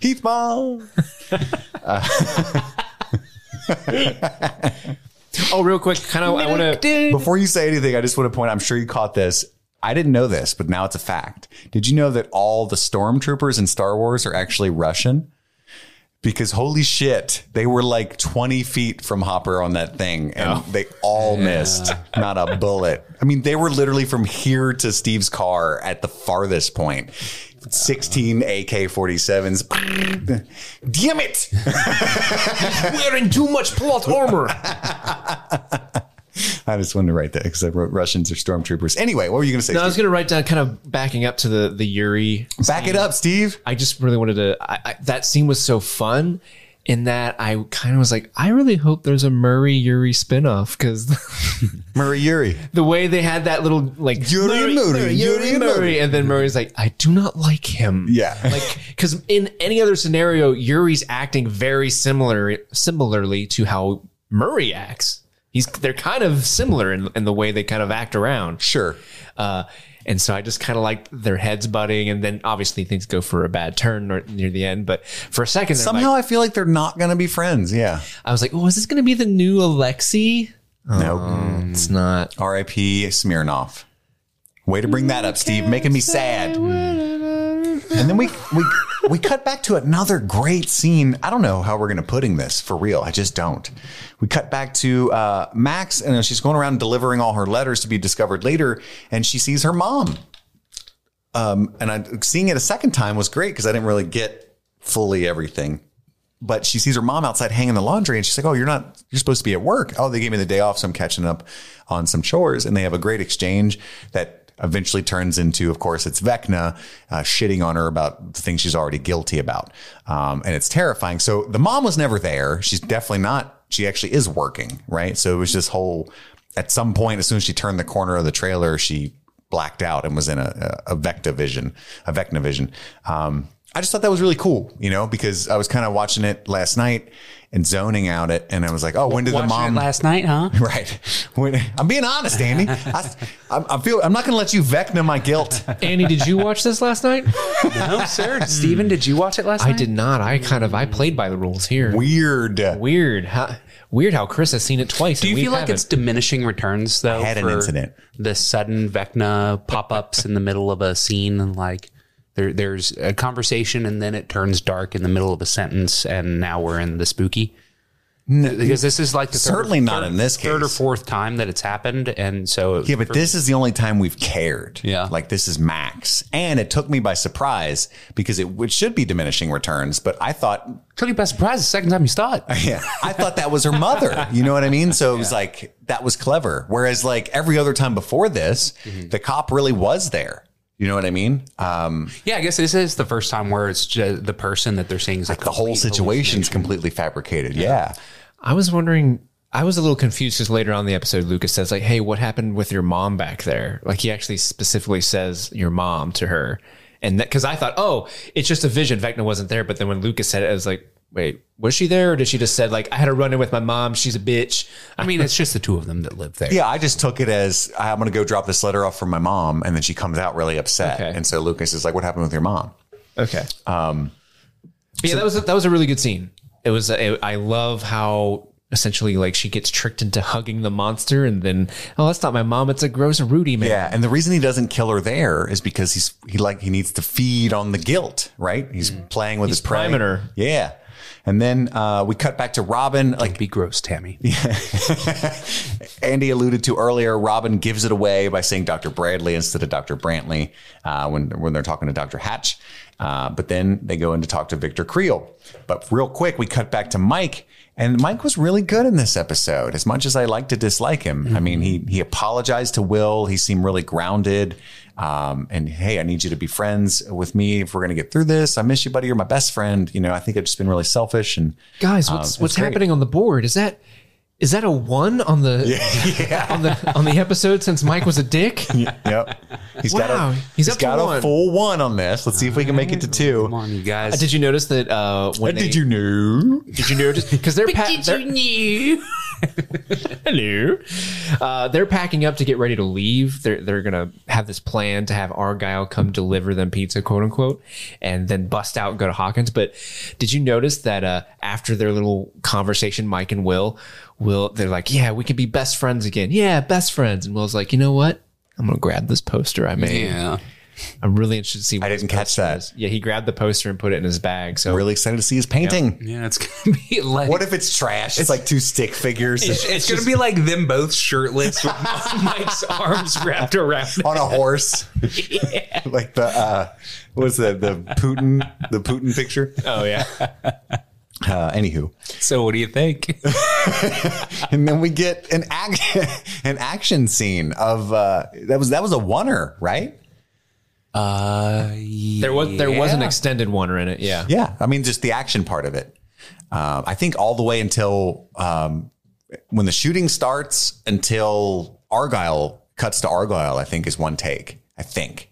Speaker 7: Heath Ball.
Speaker 8: Oh, real quick, kind of, I want to.
Speaker 7: Before you say anything, I just want to point. I'm sure you caught this. I didn't know this, but now it's a fact. Did you know that all the stormtroopers in Star Wars are actually Russian? Because holy shit, they were like 20 feet from Hopper on that thing, and
Speaker 8: Oh.
Speaker 7: they all missed. Not a bullet. I mean, they were literally from here to Steve's car at the farthest point. 16 AK 47s. Damn it. [LAUGHS]
Speaker 8: Wearing too much plot armor.
Speaker 7: I just wanted to write that because I wrote Russians are stormtroopers. Anyway, what were you going to say?
Speaker 8: No, I was
Speaker 7: Steve?
Speaker 8: going to write down kind of backing up to the the Yuri.
Speaker 7: Back it up, Steve.
Speaker 8: I just really wanted to. I, I, that scene was so fun. In that, I kind of was like, I really hope there's a Murray Yuri spinoff because
Speaker 7: Murray Yuri.
Speaker 8: [LAUGHS] the way they had that little like
Speaker 7: Yuri, Murray, Yuri, Murray.
Speaker 8: and then Murray's like, I do not like him.
Speaker 7: Yeah.
Speaker 8: [LAUGHS] like because in any other scenario, Yuri's acting very similar, similarly to how Murray acts. He's they're kind of similar in, in the way they kind of act around.
Speaker 7: Sure.
Speaker 8: Uh, and so I just kind of liked their heads butting, and then obviously things go for a bad turn or near the end. But for a second, there,
Speaker 7: Somehow
Speaker 8: like,
Speaker 7: I feel like they're not going to be friends. Yeah.
Speaker 8: I was like, "Oh, is this going to be the new Alexi?"
Speaker 7: No.
Speaker 8: Oh, It's not.
Speaker 7: R.I.P. Smirnoff. Way to bring that up, Steve. Making me sad. And then we we we cut back to another great scene. I don't know how we're gonna putting this for real. I just don't. We cut back to uh, Max, and she's going around delivering all her letters to be discovered later, and she sees her mom. Um, and I seeing it a second time was great because I didn't really get fully everything. but she sees her mom outside hanging the laundry and she's like, Oh, you're not, you're supposed to be at work. Oh, they gave me the day off. So I'm catching up on some chores. And they have a great exchange that eventually turns into, of course, it's Vecna uh, shitting on her about the things she's already guilty about. Um, and it's terrifying. So the mom was never there. She's definitely not, she actually is working, right? So it was this whole, at some point, as soon as she turned the corner of the trailer, she blacked out and was in a, a, a Vecta vision, a Vecna vision. Um, I just thought that was really cool, you know, because I was kind of watching it last night and zoning out it. And I was like, oh, when did the
Speaker 9: Watching
Speaker 7: mom
Speaker 9: it last night, [LAUGHS] huh?
Speaker 7: [LAUGHS] Right. When, I'm being honest, Andy. I, I, I feel I'm not going to let you vecna my
Speaker 9: [LAUGHS]
Speaker 7: guilt.
Speaker 8: Annie, did you watch this last night?
Speaker 9: No, sir. Steven, did you watch it last
Speaker 8: [LAUGHS] I
Speaker 9: night?
Speaker 8: did not. I kind of I played by the rules here.
Speaker 7: Weird.
Speaker 8: Weird. How, weird how Chris has seen it twice.
Speaker 9: Do you
Speaker 8: and we
Speaker 9: feel like it's
Speaker 8: haven't.
Speaker 9: diminishing returns though?
Speaker 7: I had an
Speaker 9: for
Speaker 7: incident.
Speaker 9: The sudden Vecna pop ups in the middle of a scene and like there there's a conversation and then it turns dark in the middle of a sentence and now we're in the spooky. because this is like the third or-
Speaker 7: Certainly not
Speaker 9: third-
Speaker 7: in this
Speaker 9: third or
Speaker 7: case.
Speaker 9: fourth time that it's happened, and so
Speaker 7: Yeah, but this is the only time we've cared.
Speaker 9: Yeah.
Speaker 7: Like this is max. And it took me by surprise because it, it should be diminishing returns, but I thought,
Speaker 9: took you by surprise the second time you saw it.
Speaker 7: yeah, [LAUGHS] I thought that was her mother. You know what I mean? So it was like, that was clever. Whereas like every other time before this, the cop really was there. You know what I mean? Um,
Speaker 9: Yeah, I guess this is the first time where it's just the person that they're seeing is like
Speaker 7: the whole situation's completely fabricated. Yeah.
Speaker 8: I was wondering. I was a little confused because later on in the episode, Lucas says like, "Hey, what happened with your mom back there?" Like he actually specifically says your mom to her, and that because I thought, "Oh, it's just a vision." Vecna wasn't there, but then when Lucas said it, I was like, "Wait, was she there, or did she just said like I had a run in with my mom? She's a bitch."
Speaker 9: I mean, it's just the two of them that live there.
Speaker 7: Yeah, I just took it as I'm going to go drop this letter off from my mom, and then she comes out really upset,
Speaker 8: Okay.
Speaker 7: and so Lucas is like, "What happened with your mom?"
Speaker 8: Okay. Um, yeah, that was a, that was a really good scene. It was. uh, I love how essentially like she gets tricked into hugging the monster, and then oh, that's not my mom. It's a gross Rudy man.
Speaker 7: Yeah, and the reason he doesn't kill her there is because he's he like he needs to feed on the guilt, right? Mm-hmm. He's playing with his prey.
Speaker 8: priming her.
Speaker 7: Yeah, and then uh, we cut back to Robin. Like
Speaker 9: be gross, Tammy.
Speaker 7: Andy alluded to earlier, Robin gives it away by saying Dr. Bradley instead of Dr. Brantley uh, when when they're talking to Dr. Hatch. Uh, but then they go in to talk to Victor Creel. But real quick, we cut back to Mike, and Mike was really good in this episode. As much as I like to dislike him, I mean, he he apologized to Will. He seemed really grounded. Um, and hey, I need you to be friends with me if we're going to get through this. I miss you, buddy. You're my best friend. You know, I think I've just been really selfish and [LAUGHS]
Speaker 8: guys, what's
Speaker 7: Um, it's
Speaker 8: what's
Speaker 7: great.
Speaker 8: happening on the board? Is that is that a one on the on the on the episode since Mike was a [LAUGHS] dick?
Speaker 7: [LAUGHS] Yep. he's
Speaker 8: Wow,
Speaker 7: got a
Speaker 8: he's
Speaker 7: he's
Speaker 8: up to
Speaker 7: got a
Speaker 8: one.
Speaker 7: full one on this. Let's see if we can make it to
Speaker 9: Come
Speaker 7: two.
Speaker 9: on, you
Speaker 8: Uh,
Speaker 9: guys.
Speaker 8: Did you notice that uh, when
Speaker 7: Did you know?
Speaker 8: did you notice because they're, pa- they're [LAUGHS] Hello. Uh, they're packing up to get ready to leave. They're, they're going to have this plan to have Argyle come deliver them pizza, quote unquote, and then bust out and go to Hawkins. But did you notice that uh, after their little conversation, Mike and Will, Will, they're like, yeah, we can be best friends again. Yeah, best friends. And Will's like, you know what? I'm going to grab this poster I made.
Speaker 9: Yeah.
Speaker 8: I'm really interested to see what
Speaker 7: I
Speaker 8: this
Speaker 7: didn't catch
Speaker 8: poster
Speaker 7: that.
Speaker 8: is. Yeah, he grabbed the poster and put it in his bag. So
Speaker 7: I'm really excited to see his painting.
Speaker 9: Yeah, it's gonna be like
Speaker 7: What if it's trash? It's, like two stick figures
Speaker 9: it's, it's gonna be like them both shirtless with [LAUGHS] Mike's arms wrapped around.
Speaker 7: on a
Speaker 9: [LAUGHS]
Speaker 7: horse, [LAUGHS] like the uh, what was the the Putin the Putin picture.
Speaker 8: oh yeah.
Speaker 7: Uh, anywho,
Speaker 9: [LAUGHS] So what do you think?
Speaker 7: and then we get an action [LAUGHS] an action scene of uh, that was that was a oneer, right?
Speaker 9: Uh,
Speaker 8: There was there was an
Speaker 9: Yeah.
Speaker 8: extended one in it. Yeah.
Speaker 7: Yeah, I mean just the action part of it. Um, I think all the way until um, when the shooting starts until Argyle cuts to Argyle. I think is one take. I think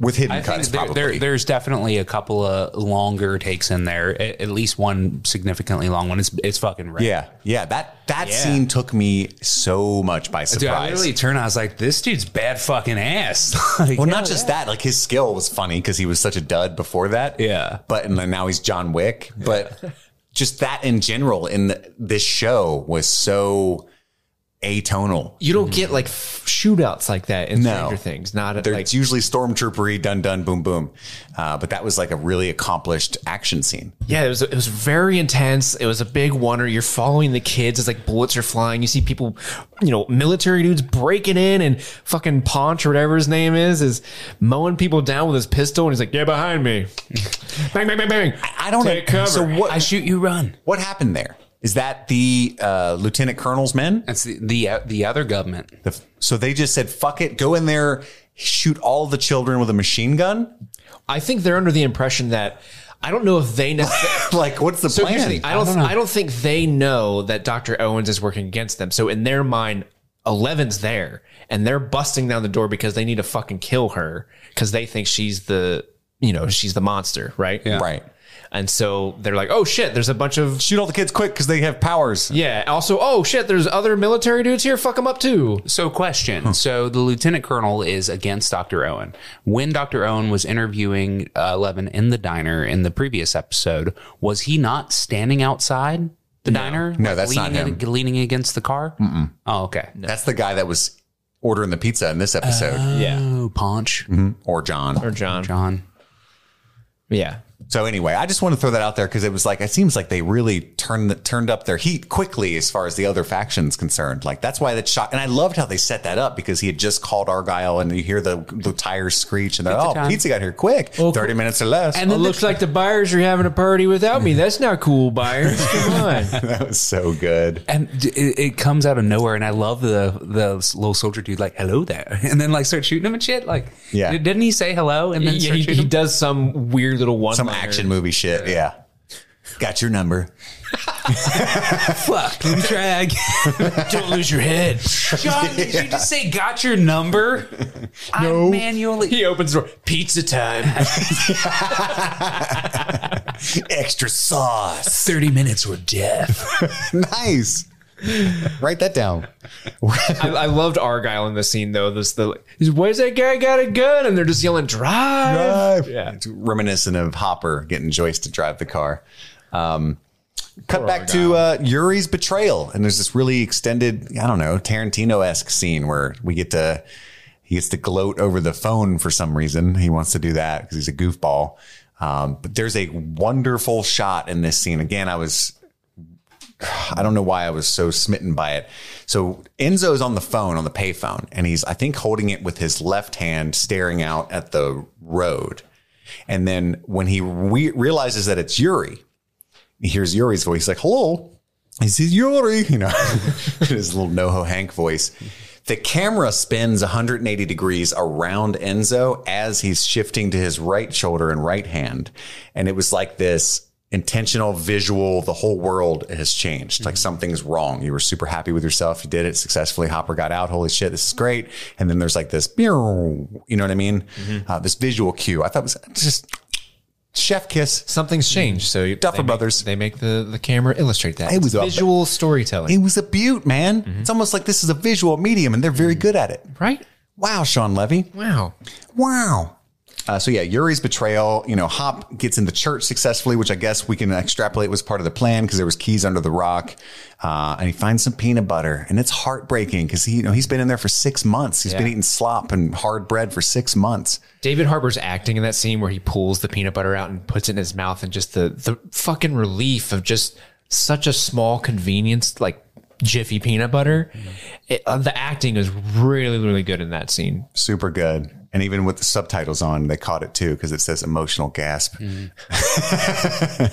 Speaker 7: with hidden
Speaker 9: I think
Speaker 7: cuts
Speaker 9: there,
Speaker 7: probably.
Speaker 9: there- there's definitely a couple of longer takes in there. At, at least one significantly long one. It's it's fucking red.
Speaker 7: yeah, yeah. That that
Speaker 9: Yeah.
Speaker 7: scene took me so much by
Speaker 9: Dude, I
Speaker 7: surprise.
Speaker 9: literally turned. I was like, "This dude's bad fucking ass." [LAUGHS] Like,
Speaker 7: Well, not just that. Like his skill was funny because he was such a dud before that.
Speaker 9: Yeah.
Speaker 7: But and then now he's John Wick. But just that in general in the, this show was so atonal.
Speaker 8: You don't get like f- shootouts like that in
Speaker 7: Mm-hmm. No.
Speaker 8: Stranger Things. Not at,
Speaker 7: They're,
Speaker 8: like
Speaker 7: it's usually stormtroopery, dun dun, boom boom. Uh, but that was like a really accomplished action scene.
Speaker 8: yeah, it was it was very intense. It was a big wonder. You're following the kids. It's like bullets are flying. You see people, you know, military dudes breaking in, and fucking Paunch or whatever his name is is mowing people down with his pistol. And he's like, "Get behind me!" bang, bang, bang, bang.
Speaker 7: I don't
Speaker 8: Take
Speaker 7: know.
Speaker 8: cover.
Speaker 7: So
Speaker 9: I
Speaker 7: what
Speaker 9: shoot you, run.
Speaker 7: what happened there? Is that the uh, lieutenant colonel's men?
Speaker 9: That's the the, the other government.
Speaker 7: The, so they just said, "Fuck it, go in there, shoot all the children with a machine gun." [LAUGHS]
Speaker 8: I think they're under the impression that I don't know if they necessarily.
Speaker 7: like, what's the
Speaker 8: So
Speaker 7: plan?
Speaker 8: here's the thing. I don't. I don't, think they know that Doctor Owens is working against them. So in their mind, Eleven's there, and they're busting down the door because they need to fucking kill her because they think she's the you know she's the monster, right?
Speaker 7: Right.
Speaker 8: And so they're like, oh shit, there's a bunch of
Speaker 7: shoot all the kids quick because they have powers.
Speaker 8: yeah. Also, oh shit, there's other military dudes here. Fuck them up too.
Speaker 9: So,
Speaker 7: Hmm.
Speaker 9: question. So, the lieutenant colonel is against Dr. Owen. When Dr. Owen was interviewing uh, Eleven in the diner in the previous episode, was he not standing outside the diner?
Speaker 7: No, that's not
Speaker 9: leaning
Speaker 7: him.
Speaker 9: leaning against the car? Oh, okay.
Speaker 7: That's the guy that was ordering the pizza in this episode,
Speaker 8: Yeah.
Speaker 9: Oh, Paunch.
Speaker 7: or John.
Speaker 8: Or John.
Speaker 9: John.
Speaker 8: Yeah.
Speaker 7: So anyway, I just want to throw that out there because it was like it seems like they really turned the, turned up their heat quickly as far as the other factions concerned. Like that's why that shot, and I loved how they set that up because he had just called Argyle, and you hear the the tires screech, and they're oh,
Speaker 9: time."
Speaker 7: pizza got here quick, thirty minutes or less. Oh,
Speaker 9: And
Speaker 8: It
Speaker 9: then the-
Speaker 8: looks like the buyers are having a party without me. That's not cool, buyers. [LAUGHS] Come on.
Speaker 7: that was so good.
Speaker 9: and d- it, it comes out of nowhere, and I love the the little soldier dude, like "hello there," [LAUGHS] and then like start shooting him and shit. Like,
Speaker 7: Yeah.
Speaker 9: didn't he say hello? And then
Speaker 8: Yeah,
Speaker 9: start
Speaker 8: he,
Speaker 9: shooting
Speaker 8: he
Speaker 9: him?
Speaker 8: does some weird little one.
Speaker 7: Some action movie shit. Yeah, got your number.
Speaker 9: Fuck, let me try that again. [LAUGHS]
Speaker 8: Don't lose your head.
Speaker 9: John, did you just say got your number? no. I manually.
Speaker 8: He opens the door. Pizza time.
Speaker 7: Extra sauce. [LAUGHS]
Speaker 9: 30 minutes or death.
Speaker 7: nice. Write that down.
Speaker 8: I, I loved Argyle in this scene though. This the he's, where's that guy got a gun? And they're just yelling drive.
Speaker 7: Yeah. It's reminiscent of Hopper getting Joyce to drive the car. Um, cut back to uh, Yuri's betrayal. And there's this really extended, I don't know, Tarantino esque scene where we get to, he gets to gloat over the phone for some reason. He wants to do that because he's a goofball. Um, but there's a wonderful shot in this scene. Again, I was I don't know why I was so smitten by it. So Enzo's on the phone, on the payphone, and he's, I think, holding it with his left hand, staring out at the road. And then when he re- realizes that it's Yuri, he hears Yuri's voice, like, hello. He says, Yuri, you know, [LAUGHS] his little NoHo Hank voice. The camera spins 180 degrees around Enzo as he's shifting to his right shoulder and right hand. And it was like this intentional visual, the whole world has changed. Like something's wrong. You were super happy with yourself. You did it successfully. Hopper got out. Holy shit, this is great. And then Mm-hmm. there's like this, you know what I mean? Uh, this visual cue. I thought it was just Chef kiss.
Speaker 8: Something's changed. So you-
Speaker 7: Duffer
Speaker 8: they make-
Speaker 7: Brothers.
Speaker 8: They make the, the camera illustrate that.
Speaker 7: It
Speaker 8: It
Speaker 7: was
Speaker 8: was
Speaker 7: a-
Speaker 8: visual storytelling,
Speaker 7: It was a beaut, man. It's almost like this is a visual medium, and they're very good at it.
Speaker 8: right?
Speaker 7: Wow, Sean Levy.
Speaker 8: Wow.
Speaker 7: Wow. Uh, so yeah, Yuri's betrayal. You know, Hop gets in the church successfully, which I guess we can extrapolate was part of the plan because there was keys under the rock, uh, and he finds some peanut butter, and it's heartbreaking because he, you know, he's been in there for six months. He's been
Speaker 8: Yeah.
Speaker 7: eating slop and hard bread for six months.
Speaker 8: David Harbour's acting in that scene where he pulls the peanut butter out and puts it in his mouth, and just the the fucking relief of just such a small convenience like Jiffy peanut butter.
Speaker 7: Mm-hmm.
Speaker 8: It- uh, the acting is really really good in that scene.
Speaker 7: Super good, and even with the subtitles on, they caught it too because it says emotional gasp.
Speaker 8: I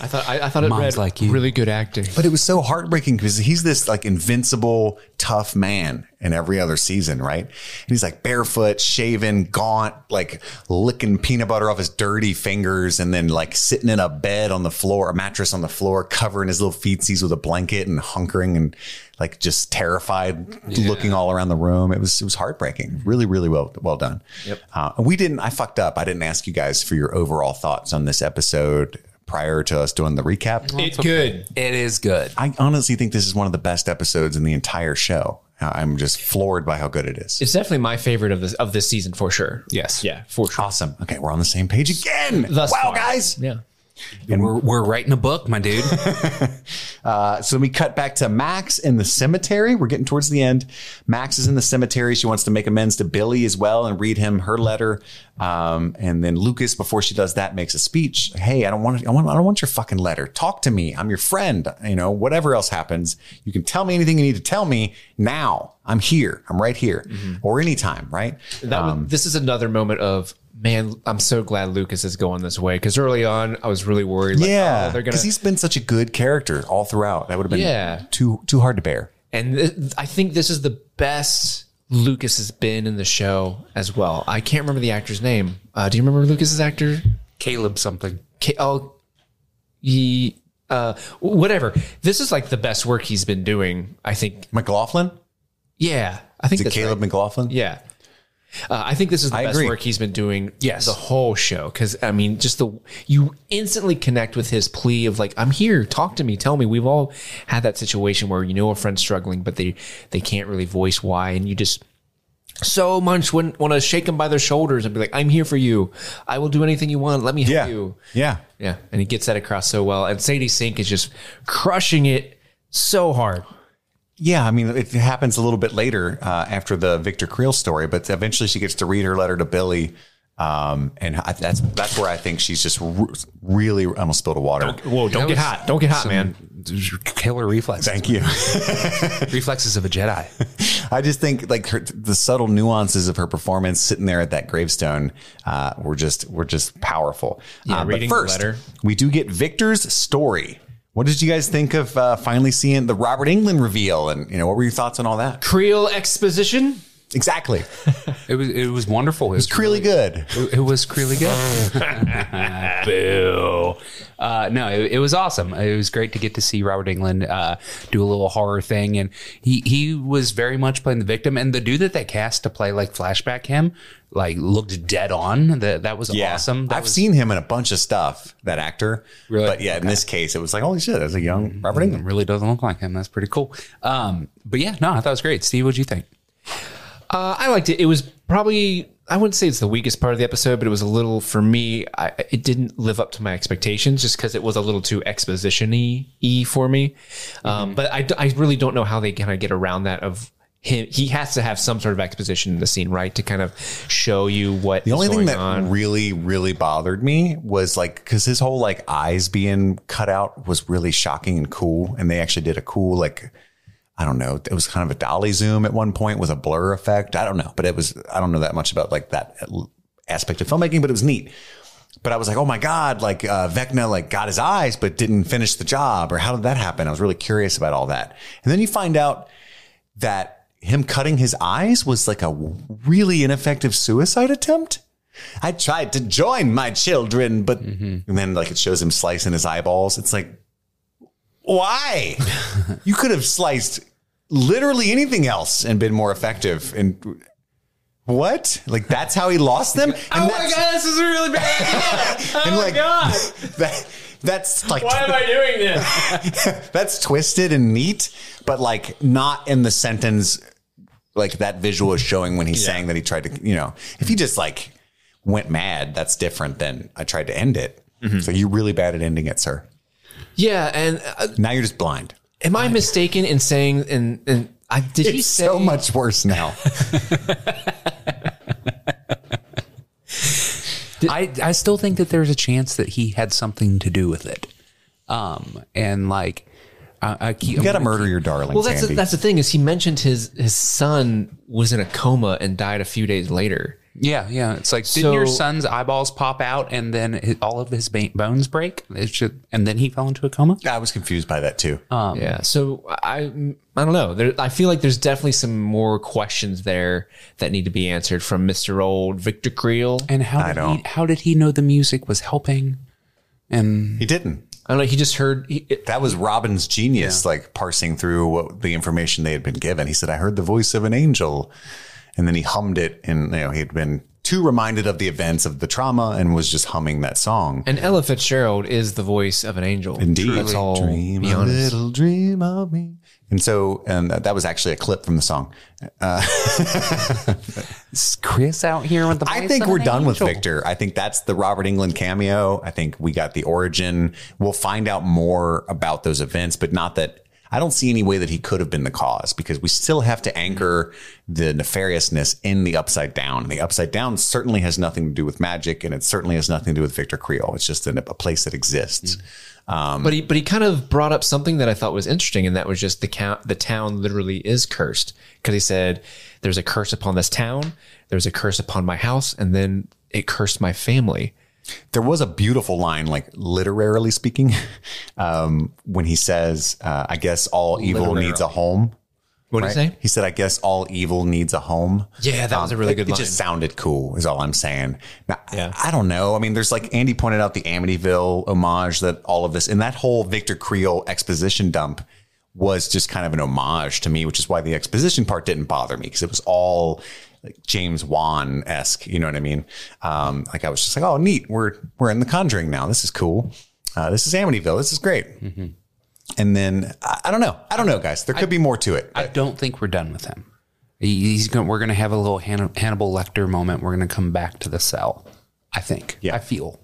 Speaker 8: thought I, I thought it
Speaker 9: Moms
Speaker 8: read
Speaker 9: like you.
Speaker 8: really good acting.
Speaker 7: But it was so heartbreaking because he's this like invincible, tough man in every other season, right? And he's like barefoot, shaven, gaunt, like licking peanut butter off his dirty fingers and then like sitting in a bed on the floor, a mattress on the floor, covering his little feetsies with a blanket and hunkering and like just terrified, looking all around the room. It was it was heartbreaking. Really, really well well done. Yep. Uh, we didn't. I fucked up. I didn't ask you guys for your overall thoughts on this episode prior to us doing the recap.
Speaker 8: It's good.
Speaker 9: It is good.
Speaker 7: I honestly think this is one of the best episodes in the entire show. Uh, I'm just floored by how good it is.
Speaker 8: It's definitely my favorite of this of this season for sure.
Speaker 9: Yes.
Speaker 8: Yeah, for sure.
Speaker 7: awesome. Okay, we're on the same page again.
Speaker 8: Thus
Speaker 7: wow,
Speaker 8: far.
Speaker 7: guys.
Speaker 8: Yeah.
Speaker 9: We're, we're writing a book,
Speaker 8: [LAUGHS]
Speaker 9: my dude.
Speaker 7: Uh, So we cut back to Max in the cemetery. We're getting towards the end. Max is in the cemetery. She wants to make amends to Billy as well and read him her letter. Um, and then Lucas, before she does that, makes a speech. Hey, I don't want, I want, I don't want your fucking letter. Talk to me. I'm your friend. You know, whatever else happens, you can tell me anything you need to tell me now. I'm here. I'm right here,
Speaker 8: Mm-hmm.
Speaker 7: or anytime. Right.
Speaker 8: That
Speaker 7: Um,
Speaker 8: was, this is another moment of man. I'm so glad Lucas is going this way because early on I was really worried. Like,
Speaker 7: Yeah,
Speaker 8: oh, they're
Speaker 7: because
Speaker 8: gonna.
Speaker 7: he's been such a good character all throughout. That would have been
Speaker 8: Yeah.
Speaker 7: too too hard to bear.
Speaker 8: and th- I think this is the best Lucas has been in the show as well. I can't remember the actor's name. Uh, do you remember Lucas's actor?
Speaker 9: Caleb something.
Speaker 8: K- oh, he. Uh, whatever. This is like the best work he's been doing. I think.
Speaker 7: McLaughlin,
Speaker 8: Yeah, I think
Speaker 7: is it
Speaker 8: that's
Speaker 7: Caleb
Speaker 8: right.
Speaker 7: McLaughlin?
Speaker 8: Yeah. Uh, I think this is the
Speaker 7: I
Speaker 8: best
Speaker 7: agree.
Speaker 8: work he's been doing
Speaker 9: Yes.
Speaker 8: the whole show. Because, I mean, just the, you instantly connect with his plea of like, I'm here, talk to me, tell me. We've all had that situation where you know a friend's struggling, but they, they can't really voice why. And you just so much want to shake them by their shoulders and be like, I'm here for you. I will do anything you want. Let me help
Speaker 7: yeah,
Speaker 8: you.
Speaker 7: yeah.
Speaker 8: Yeah. And he gets that across so well. And Sadie Sink is just crushing it so hard.
Speaker 7: Yeah, I mean, it happens a little bit later uh, after the Victor Creel story, but eventually she gets to read her letter to Billy, um, and I, that's that's where I think she's just re- really I almost spilled a water.
Speaker 8: Whoa, don't get hot. Don't get hot, man.
Speaker 9: Killer reflexes.
Speaker 7: Thank you.
Speaker 9: Reflexes of a Jedi.
Speaker 7: I just think like her, the subtle nuances of her performance sitting there at that gravestone uh, were just were just powerful. Uh, but
Speaker 8: reading the
Speaker 7: first,
Speaker 8: letter.
Speaker 7: we do get Victor's story. What did you guys think of uh, finally seeing the Robert England reveal? And you know, what were your thoughts on all that?
Speaker 8: Creole exposition.
Speaker 7: Exactly,
Speaker 9: It was it was wonderful. It was
Speaker 7: really good.
Speaker 9: It, it was really good.
Speaker 7: [LAUGHS]
Speaker 9: Boo. Uh, no, it, it was awesome. It was great to get to see Robert England uh, do a little horror thing, and he he was very much playing the victim. And the dude that they cast to play like flashback him, like looked dead on. That that was awesome. That
Speaker 7: I've
Speaker 9: was-
Speaker 7: seen him in a bunch of stuff. That actor,
Speaker 9: Really?
Speaker 7: But yeah, in this case, it was like, holy shit, that's a young Robert England.
Speaker 9: Really doesn't look like him. That's pretty cool. Um, but yeah, no, I thought it was great. Steve, what'd you think?
Speaker 8: Uh, I liked it. It was probably I wouldn't say it's the weakest part of the episode, but it was a little for me. I, it didn't live up to my expectations just because it was a little too exposition-y y for me.
Speaker 7: Mm-hmm.
Speaker 8: Um, But I, d- I really don't know how they kind of get around that. Of him, he has to have some sort of exposition in the scene, right, to kind of show you what
Speaker 7: The only thing
Speaker 8: going
Speaker 7: that
Speaker 8: on.
Speaker 7: [LAUGHS] really, really bothered me was like because his whole like eyes being cut out was really shocking and cool, and they actually did a cool like I don't know, it was kind of a dolly zoom at one point with a blur effect. I don't know, but it was I don't know that much about like that aspect of filmmaking, but it was neat. But I was like, oh my god, like uh, Vecna like got his eyes but didn't finish the job, or how did that happen? I was really curious about all that, and then you find out that him cutting his eyes was like a really ineffective suicide attempt. I tried to join my children, but
Speaker 8: Mm-hmm.
Speaker 7: and then like it shows him slicing his eyeballs. It's like,
Speaker 8: [LAUGHS]
Speaker 7: why? you could have sliced literally anything else and been more effective. And What? Like that's how he lost them? And
Speaker 8: [LAUGHS] oh my
Speaker 7: that's-
Speaker 8: god, this is a really bad
Speaker 7: [LAUGHS]
Speaker 8: idea. Oh
Speaker 7: and
Speaker 8: my
Speaker 7: like,
Speaker 8: god.
Speaker 7: [LAUGHS] That, that's like
Speaker 8: Why am I doing this?
Speaker 7: that's twisted and neat, but like not in the sentence like that visual is showing when he's saying that he tried to, you know, if he just like went mad, that's different than I tried to end it. So you're really bad at ending it, sir.
Speaker 8: Yeah, and uh,
Speaker 7: Now you're just blind.
Speaker 8: am I mistaken in saying and and I did he
Speaker 7: It's
Speaker 8: say
Speaker 7: so much worse now.
Speaker 9: I, I still think that there's a chance that he had something to do with it. Um, and like, I, I keep,
Speaker 7: You got to murder your darling,
Speaker 8: Well, that's the,
Speaker 7: Sandy.
Speaker 8: that's the thing is he mentioned his his son was in a coma and died a few days later.
Speaker 9: Yeah, yeah. It's like, didn't your
Speaker 8: So-
Speaker 9: son's eyeballs pop out and then hi- all of his ba- bones break? It's just, and then he fell into a coma?
Speaker 7: I was confused by that too.
Speaker 8: yeah, so I I don't know. There, I feel like there's definitely some more questions there that need to be answered from Mr. Old Victor Creel.
Speaker 9: And how
Speaker 7: I
Speaker 9: did,
Speaker 7: don't-
Speaker 9: he, how did he know the music was helping? And
Speaker 7: he didn't.
Speaker 8: I don't know. He just heard. He, it-
Speaker 7: That was Robin's genius, like parsing through what the information they had been given. He said, "I heard the voice of an angel," and then he hummed it, and you know he had been too reminded of the events of the trauma and was just humming that song.
Speaker 8: and Ella Fitzgerald is the voice of an angel.
Speaker 7: Indeed,
Speaker 8: that's all.
Speaker 7: dream
Speaker 8: be
Speaker 7: a
Speaker 8: honest.
Speaker 7: little dream of me. And so, and that was actually a clip from the song.
Speaker 9: is Chris out here with the
Speaker 7: I
Speaker 9: voice
Speaker 7: think
Speaker 9: of
Speaker 7: we're
Speaker 9: an
Speaker 7: done with
Speaker 9: angel?
Speaker 7: Victor. I think that's the Robert England cameo. I think we got the origin. We'll find out more about those events, but not that I don't see any way that he could have been the cause because we still have to anchor the nefariousness in the upside down. And the upside down certainly has nothing to do with magic and it certainly has nothing to do with Victor Creel. It's just an, a place that exists.
Speaker 8: But he but he kind of brought up something that I thought was interesting, and that was just the count. The town literally is cursed because he said there's a curse upon this town, there's a curse upon my house, and then it cursed my family.
Speaker 7: there was a beautiful line, like literarily speaking, [LAUGHS] um, when he says, uh, "I guess all evil needs a home."
Speaker 8: What did he say? Um,
Speaker 7: He said, "I guess all evil needs a home."
Speaker 8: Yeah, that was a really
Speaker 7: it,
Speaker 8: good
Speaker 7: It
Speaker 8: line.
Speaker 7: just sounded cool, is all I'm saying. Now,
Speaker 8: Yeah.
Speaker 7: I, I don't know. I mean, there's like Andy pointed out the Amityville homage that all of this and that whole Victor Creel exposition dump was just kind of an homage to me, which is why the exposition part didn't bother me because it was all like James Wan esque. You know what I mean? Um, like I was just like, oh, neat. We're we're in The Conjuring now. This is cool. Uh, this is Amityville. This is great.
Speaker 8: Mm-hmm.
Speaker 7: And then I, I don't know. I don't know, guys. There could be more to it.
Speaker 9: I don't think we're done with him. He- He's going. We're going to have a little Hann- Hannibal Lecter moment. We're going to come back to the cell. I think.
Speaker 7: Yeah.
Speaker 9: I feel.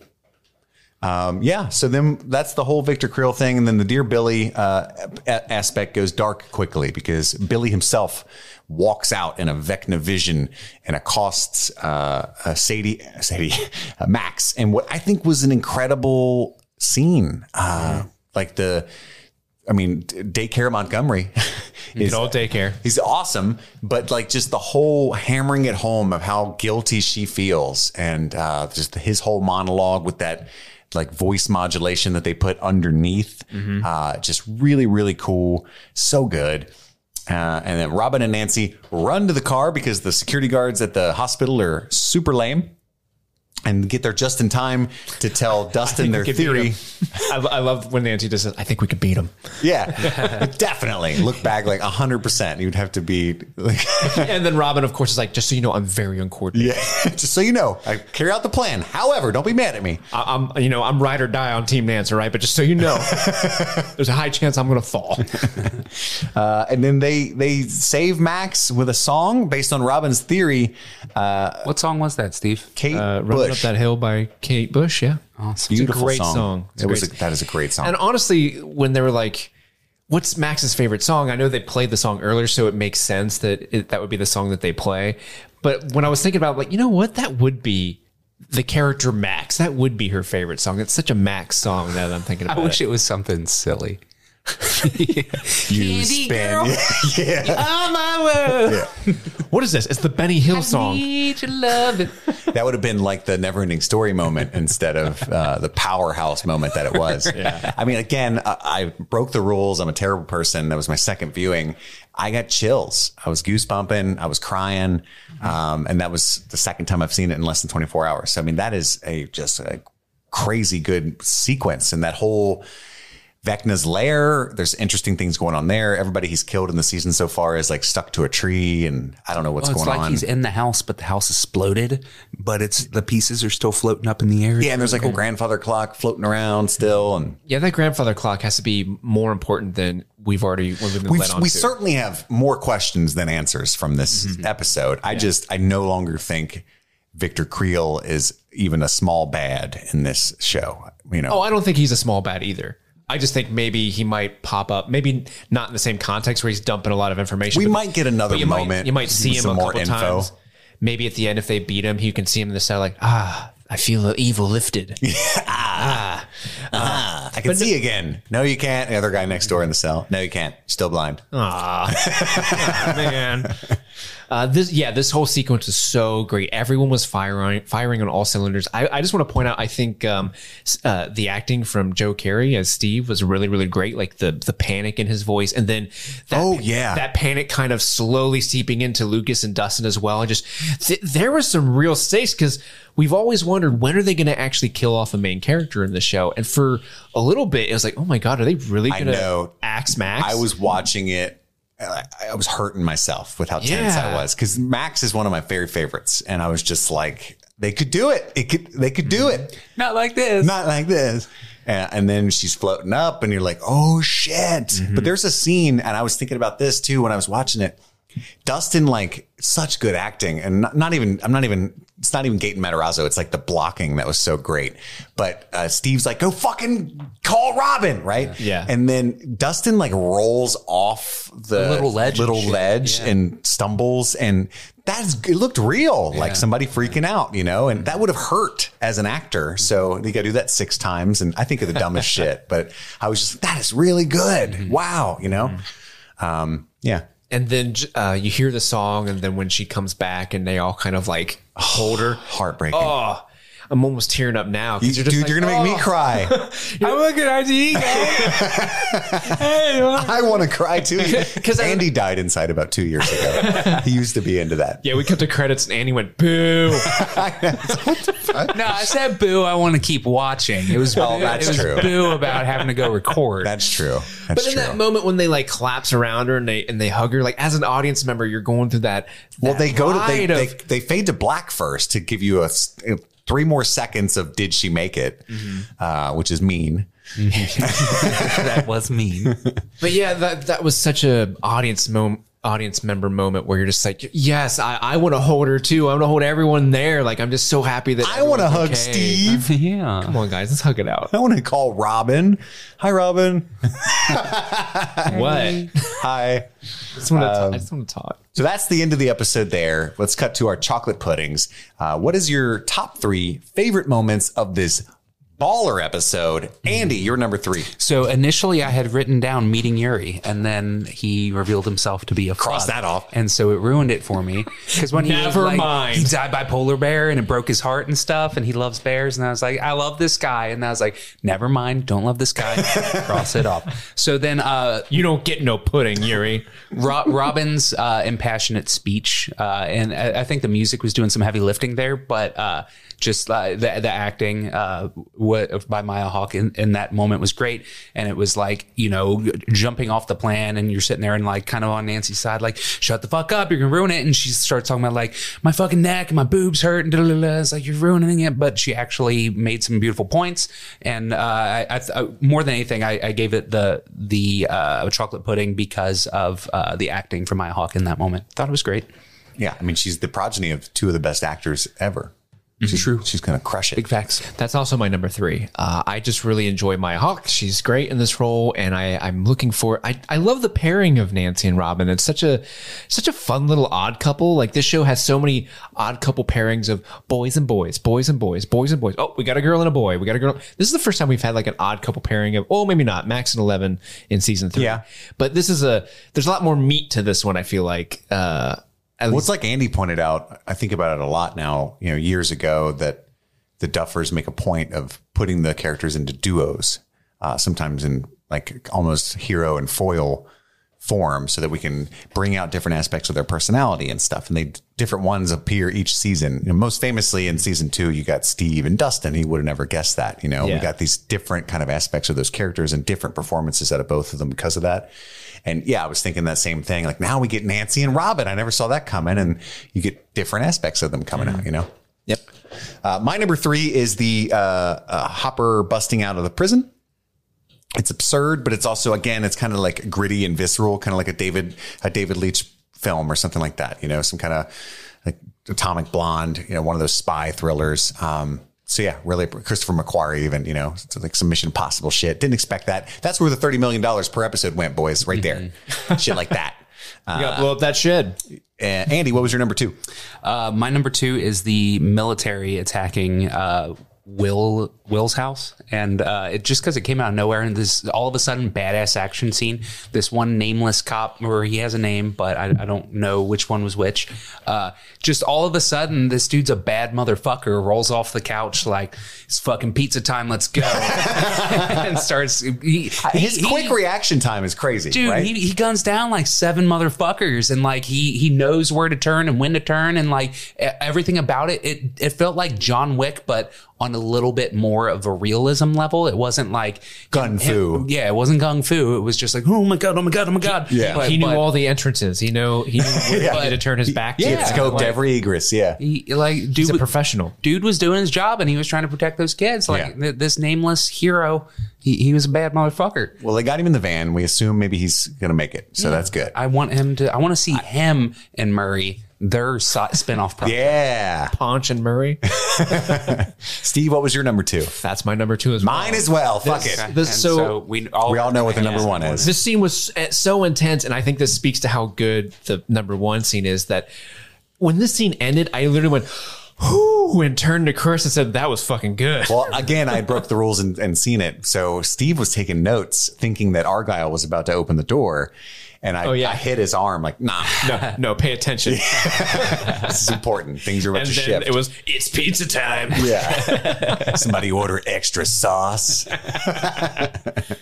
Speaker 7: Um, yeah so then that's the whole victor creel thing and then the dear billy uh, a- aspect goes dark quickly because billy himself walks out in a vecna vision and accosts uh, uh, sadie sadie [LAUGHS] uh, max and what i think was an incredible scene uh, like the i mean d- daycare montgomery [LAUGHS] is
Speaker 8: Good old daycare.
Speaker 7: He's awesome, but like just the whole hammering it home of how guilty she feels, and uh, just his whole monologue with that like voice modulation that they put underneath, uh, just really really cool, so good. Uh, and then Robin and Nancy run to the car because the security guards at the hospital are super lame, and get there just in time to tell Dustin their
Speaker 8: we could beat
Speaker 7: theory.
Speaker 8: him. I, [LAUGHS] I love when Nancy just says, "I think we could beat him."
Speaker 7: Yeah, definitely. Look back like hundred percent. You'd have to be like.
Speaker 8: [LAUGHS]
Speaker 7: [LAUGHS]
Speaker 8: and then Robin, of course, is like, "Just so you know, I'm very uncoordinated.
Speaker 7: Yeah, [LAUGHS] just so you know, I carry out the plan. However, don't be mad at me.
Speaker 8: I, I'm, you know, I'm ride or die on Team Nancy, right? But just so you [LAUGHS] know, there's a high chance I'm going to fall."
Speaker 7: Uh, and then they they save Max with a song based on Robin's theory.
Speaker 9: What song was that, Steve?
Speaker 7: Kate
Speaker 8: Running
Speaker 7: Bush,
Speaker 8: up Uh, that hill by Kate Bush. Yeah,
Speaker 9: Awesome.
Speaker 7: beautiful
Speaker 8: great song. It's
Speaker 7: It
Speaker 8: a
Speaker 7: was a,
Speaker 8: great-
Speaker 7: that is a great song.
Speaker 8: And honestly, when they were like, "What's Max's favorite song?" I know they played the song earlier, so it makes sense that it, that would be the song that they play. But when I was thinking about, like, you know what, that would be the character Max. That would be her favorite song. It's such a Max song now that I'm thinking
Speaker 9: I
Speaker 8: about.
Speaker 9: wish
Speaker 8: it.
Speaker 9: it was something silly.
Speaker 7: you spin, yeah,
Speaker 9: Oh my world.
Speaker 8: [LAUGHS] What is this? It's the Benny Hill song.
Speaker 9: Need your love.
Speaker 7: that would have been like the never ending story moment instead of uh, the powerhouse moment that it
Speaker 9: [LAUGHS]
Speaker 7: was. I mean, again, I, I broke the rules. I'm a terrible person. That was my second viewing. I got chills. I was goosebumping. I was crying. Um, and that was the second time I've seen it in less than 24 hours. So, I mean, that is a just a crazy good sequence. And that whole Vecna's lair. There's interesting things going on there. Everybody he's killed in the season so far is like stuck to a tree, and I don't know what's
Speaker 9: Well, it's
Speaker 7: going
Speaker 9: like
Speaker 7: on.
Speaker 9: he's in the house, but the house exploded, but it's the pieces are still floating up in the air.
Speaker 7: yeah, and there's like a grandfather clock floating around still, and
Speaker 8: Yeah, that grandfather clock has to be more important than we've already what we've been
Speaker 7: we
Speaker 8: led on
Speaker 7: we
Speaker 8: to. Mm-hmm.
Speaker 7: certainly have more questions than answers from this episode. I just I no longer think Victor Creel is even a small bad in this show. You know, [LAUGHS]
Speaker 8: oh, I don't think he's a small bat either. I just think maybe he might pop up, maybe not in the same context where he's dumping a lot of information.
Speaker 7: We
Speaker 8: but-
Speaker 7: might get another
Speaker 8: but you
Speaker 7: moment
Speaker 8: Might, you might see
Speaker 7: with
Speaker 8: him
Speaker 7: some
Speaker 8: a
Speaker 7: more
Speaker 8: couple
Speaker 7: info.
Speaker 8: times. Maybe at the end, if they beat him, you can see him in the side like, ah, I feel the evil lifted.
Speaker 7: Ah,
Speaker 8: Uh-huh.
Speaker 7: I can see again. No, you can't. The other guy next door in the cell. No, you can't. Still blind.
Speaker 8: Oh, man. Uh, this yeah, this whole sequence is so great. Everyone was firing firing on all cylinders. I, I just want to point out, I think um, s- uh, the acting from Joe Carey as Steve was really really great. Like the the panic in his voice, and then that,
Speaker 7: Oh, yeah.
Speaker 8: that panic kind of slowly seeping into Lucas and Dustin as well. And just th- there was some real stakes because we've always wondered when are they going to actually kill off a main character in the show, and for a little bit it was like, oh my god, are they really
Speaker 7: I
Speaker 8: going to
Speaker 7: know.
Speaker 8: axe Max?
Speaker 7: I was watching it. I I was hurting myself with how tense I
Speaker 8: Yeah.
Speaker 7: was because Max is one of my very favorites, and I was just like, they could do it. It could. They could do
Speaker 8: Mm-hmm.
Speaker 7: it.
Speaker 9: Not like this.
Speaker 7: Not like this. And, and then she's floating up, and you're like, oh shit. But there's a scene, and I was thinking about this too when I was watching it. Dustin, like, such good acting, and not, not even, I'm not even, it's not even Gaten Matarazzo. It's like the blocking that was so great. But uh, Steve's like, go fucking call Robin, right?
Speaker 8: Yeah.
Speaker 7: And then Dustin, like, rolls off the
Speaker 9: little ledge
Speaker 7: Uh, little
Speaker 9: and shit.
Speaker 7: ledge
Speaker 9: Yeah.
Speaker 7: and stumbles. And that's, it looked real, like somebody freaking out, you know? And that would have hurt as an actor. So you got to do that six times. And I think of the dumbest shit, but I was just, that is really good. Wow, you know? Um, yeah.
Speaker 8: and then j- uh, you hear the song, and then when she comes back, and they all kind of like hold her.
Speaker 7: [SIGHS] Heartbreaking.
Speaker 8: Oh, I'm almost tearing up now. 'cause
Speaker 7: You-
Speaker 8: just
Speaker 7: dude,
Speaker 8: like,
Speaker 7: you're gonna make me
Speaker 8: "Oh."
Speaker 7: cry.
Speaker 9: I'm looking at you.
Speaker 7: [LAUGHS] I want to cry too.
Speaker 8: 'Cause
Speaker 7: Because
Speaker 8: I-
Speaker 7: Andy died inside about two years ago. he used to be
Speaker 8: [LAUGHS]
Speaker 7: into that.
Speaker 8: Yeah, we cut to credits, and Annie went
Speaker 7: [LAUGHS]
Speaker 8: boo.
Speaker 9: No, I said boo. I want to keep watching. It was
Speaker 8: [LAUGHS]
Speaker 7: Oh,
Speaker 9: boo-
Speaker 7: that's
Speaker 9: it was
Speaker 7: true.
Speaker 9: Boo about having to go record.
Speaker 7: That's true. That's
Speaker 8: but in
Speaker 7: true.
Speaker 8: that moment when they like collapse around her and they and they hug her, like as an audience member, you're going through that.
Speaker 7: well,
Speaker 8: that
Speaker 7: they go to they,
Speaker 8: ride of-
Speaker 7: they they fade to black first to give you a s- uh, three more seconds of did she make it,
Speaker 8: Mm-hmm.
Speaker 7: uh, which is mean.
Speaker 9: that was mean.
Speaker 8: But yeah, that that was such a audience moment. Audience member moment where you're just like, yes, I, I want to hold her too. I want to hold everyone there. Like, I'm just so happy that
Speaker 7: I want to
Speaker 8: everyone's
Speaker 7: hug
Speaker 8: okay.
Speaker 7: Steve.
Speaker 9: [LAUGHS] yeah.
Speaker 8: Come on, guys, let's hug it out.
Speaker 7: I want to call Robin. Hi, Robin.
Speaker 8: What?
Speaker 7: Hi.
Speaker 8: just want to. I just want to talk.
Speaker 7: So that's the end of the episode. There. Let's cut to our chocolate puddings. Uh, what is your top three favorite moments of this baller episode?
Speaker 8: Mm-hmm.
Speaker 7: Andy, you're number three.
Speaker 9: So initially, I had written down meeting Yuri, and then he revealed himself to be a
Speaker 7: Cross
Speaker 9: fraud.
Speaker 7: that off.
Speaker 9: and so it ruined it for me. Because when he was
Speaker 8: Never
Speaker 9: like,
Speaker 8: mind.
Speaker 9: he died by polar bear, and it broke his heart and stuff, and he loves bears, and I was like, I love this guy, and I was like, never mind, don't love this
Speaker 7: [LAUGHS]
Speaker 9: guy, cross it off. So then, uh,
Speaker 8: You don't get no pudding, Yuri.
Speaker 9: Ro- Robin's uh, impassionate speech, uh, and I, I think the music was doing some heavy lifting there, but uh, just uh, the the acting uh, what, by Maya Hawk in, in that moment was great, and it was like you know jumping off the plan, and you're sitting there and like kind of on Nancy's side, like shut the fuck up, you're gonna ruin it, and she starts talking about like my fucking neck and my boobs hurt, and da da da. It's like you're ruining it, but she actually made some beautiful points, and uh, I, I, th- uh more than anything, I, I gave it the the uh, chocolate pudding because of uh, the acting from Maya Hawk in that moment. Thought it was great.
Speaker 7: Yeah, I mean, she's the progeny of two of the best actors ever.
Speaker 8: Mm-hmm.
Speaker 7: She's true. She's gonna crush it.
Speaker 9: Big facts.
Speaker 8: That's also my number three. Uh, I just really enjoy Maya Hawk. She's great in this role, and I, I'm looking for. I, I love the pairing of Nancy and Robin. It's such a such a fun little odd couple. Like this show has so many odd couple pairings of boys and boys, boys and boys, boys and boys. Oh, we got a girl and a boy. We got a girl. This is the first time we've had like an odd couple pairing of. Oh, maybe not Max and Eleven in season three.
Speaker 7: Yeah.
Speaker 8: but this is a. There's a lot more meat to this one. I feel like. Uh, at
Speaker 7: Well,
Speaker 8: least
Speaker 7: it's like Andy pointed out. I think about it a lot now. You know, years ago that the Duffers make a point of putting the characters into duos, uh, sometimes in like almost hero and foil form so that we can bring out different aspects of their personality and stuff. And they different ones appear each season. You know, most famously in season two, you got Steve and Dustin. He would have never guessed that. You know,
Speaker 8: Yeah.
Speaker 7: we got these different kind of aspects of those characters and different performances out of both of them because of that. And yeah, I was thinking that same thing. Like now we get Nancy and Robin. I never saw that coming. And you get different aspects of them coming out, you know?
Speaker 8: Yep.
Speaker 7: Uh, my number three is the uh, uh, Hopper busting out of the prison. It's absurd, but it's also again, it's kind of like gritty and visceral, kind of like a David a David Leitch film or something like that. You know, some kind of like Atomic Blonde. You know, one of those spy thrillers. Um, so yeah, really Christopher McQuarrie, even you know, it's like some Mission Possible shit. Didn't expect that. That's where the thirty million dollars per episode went, boys. Right there,
Speaker 9: Mm-hmm.
Speaker 7: shit like
Speaker 9: [LAUGHS]
Speaker 7: that.
Speaker 8: You gotta blow up that shed.
Speaker 7: Uh, Andy, what was your number two?
Speaker 9: Uh, my number two is the military attacking uh, Will Will's house, and uh, it just because it came out of nowhere and this all of a sudden badass action scene. This one nameless cop, or he has a name, but I, I don't know which one was which. Uh, just all of a sudden, this dude's a bad motherfucker rolls off the couch like it's fucking pizza time. Let's go, [LAUGHS] and starts. Uh, He,
Speaker 7: His
Speaker 9: he-
Speaker 7: quick reaction time is crazy,
Speaker 9: dude
Speaker 7: right?
Speaker 9: he, he guns down like seven motherfuckers and like he he knows where to turn and when to turn and like e- everything about it it it felt like john wick but on a little bit more of a realism level it wasn't like
Speaker 7: Gun fu.
Speaker 9: yeah it wasn't kung fu it was just like oh my god oh my god oh my god
Speaker 7: Yeah.
Speaker 9: But-
Speaker 8: he knew
Speaker 9: but-
Speaker 8: all the entrances. He know
Speaker 7: [LAUGHS]
Speaker 8: he knew where
Speaker 7: Yeah.
Speaker 8: he had to turn his back.
Speaker 7: yeah,
Speaker 8: to.
Speaker 7: it's scoped
Speaker 9: like-
Speaker 7: every egress. Yeah,
Speaker 9: he- like dude
Speaker 8: He's a
Speaker 9: was-
Speaker 8: professional.
Speaker 9: dude was doing his job and he was trying to protect those kids like
Speaker 7: Yeah.
Speaker 9: th- this nameless hero he, he was a bad motherfucker
Speaker 7: Well, they got him in the van. We assume maybe he's going to make it. So that's good.
Speaker 9: i want him to i want to see him and murray their so- spin-off project
Speaker 7: yeah.
Speaker 8: Ponch and
Speaker 7: [LAUGHS]
Speaker 8: Murray.
Speaker 7: Steve, what was your number two?
Speaker 8: That's my number two as well.
Speaker 7: Mine as well. Fuck
Speaker 8: This-
Speaker 7: it.
Speaker 8: this-
Speaker 9: And
Speaker 8: so,
Speaker 9: we all,
Speaker 7: We all know what the number one is.
Speaker 8: this scene was s- eh, so intense, and I think this speaks to how good the number one scene is. That when this scene ended, I literally went, "Whoo!" and turned to Chris and said, "That was fucking good."
Speaker 7: Well, again, I broke the rules and, and seen it. So Steve was taking notes, thinking that Argyle was about to open the door. And I,
Speaker 8: Oh, yeah.
Speaker 7: I hit his arm like, nah,
Speaker 8: no, [LAUGHS] no, pay
Speaker 7: [LAUGHS]
Speaker 8: attention.
Speaker 7: this is important. Things are
Speaker 8: [LAUGHS]
Speaker 7: about
Speaker 8: and
Speaker 7: to
Speaker 8: then
Speaker 7: shift.
Speaker 8: it was, "It's pizza time."
Speaker 7: [LAUGHS]
Speaker 8: [LAUGHS]
Speaker 7: yeah. Somebody order extra sauce. [LAUGHS]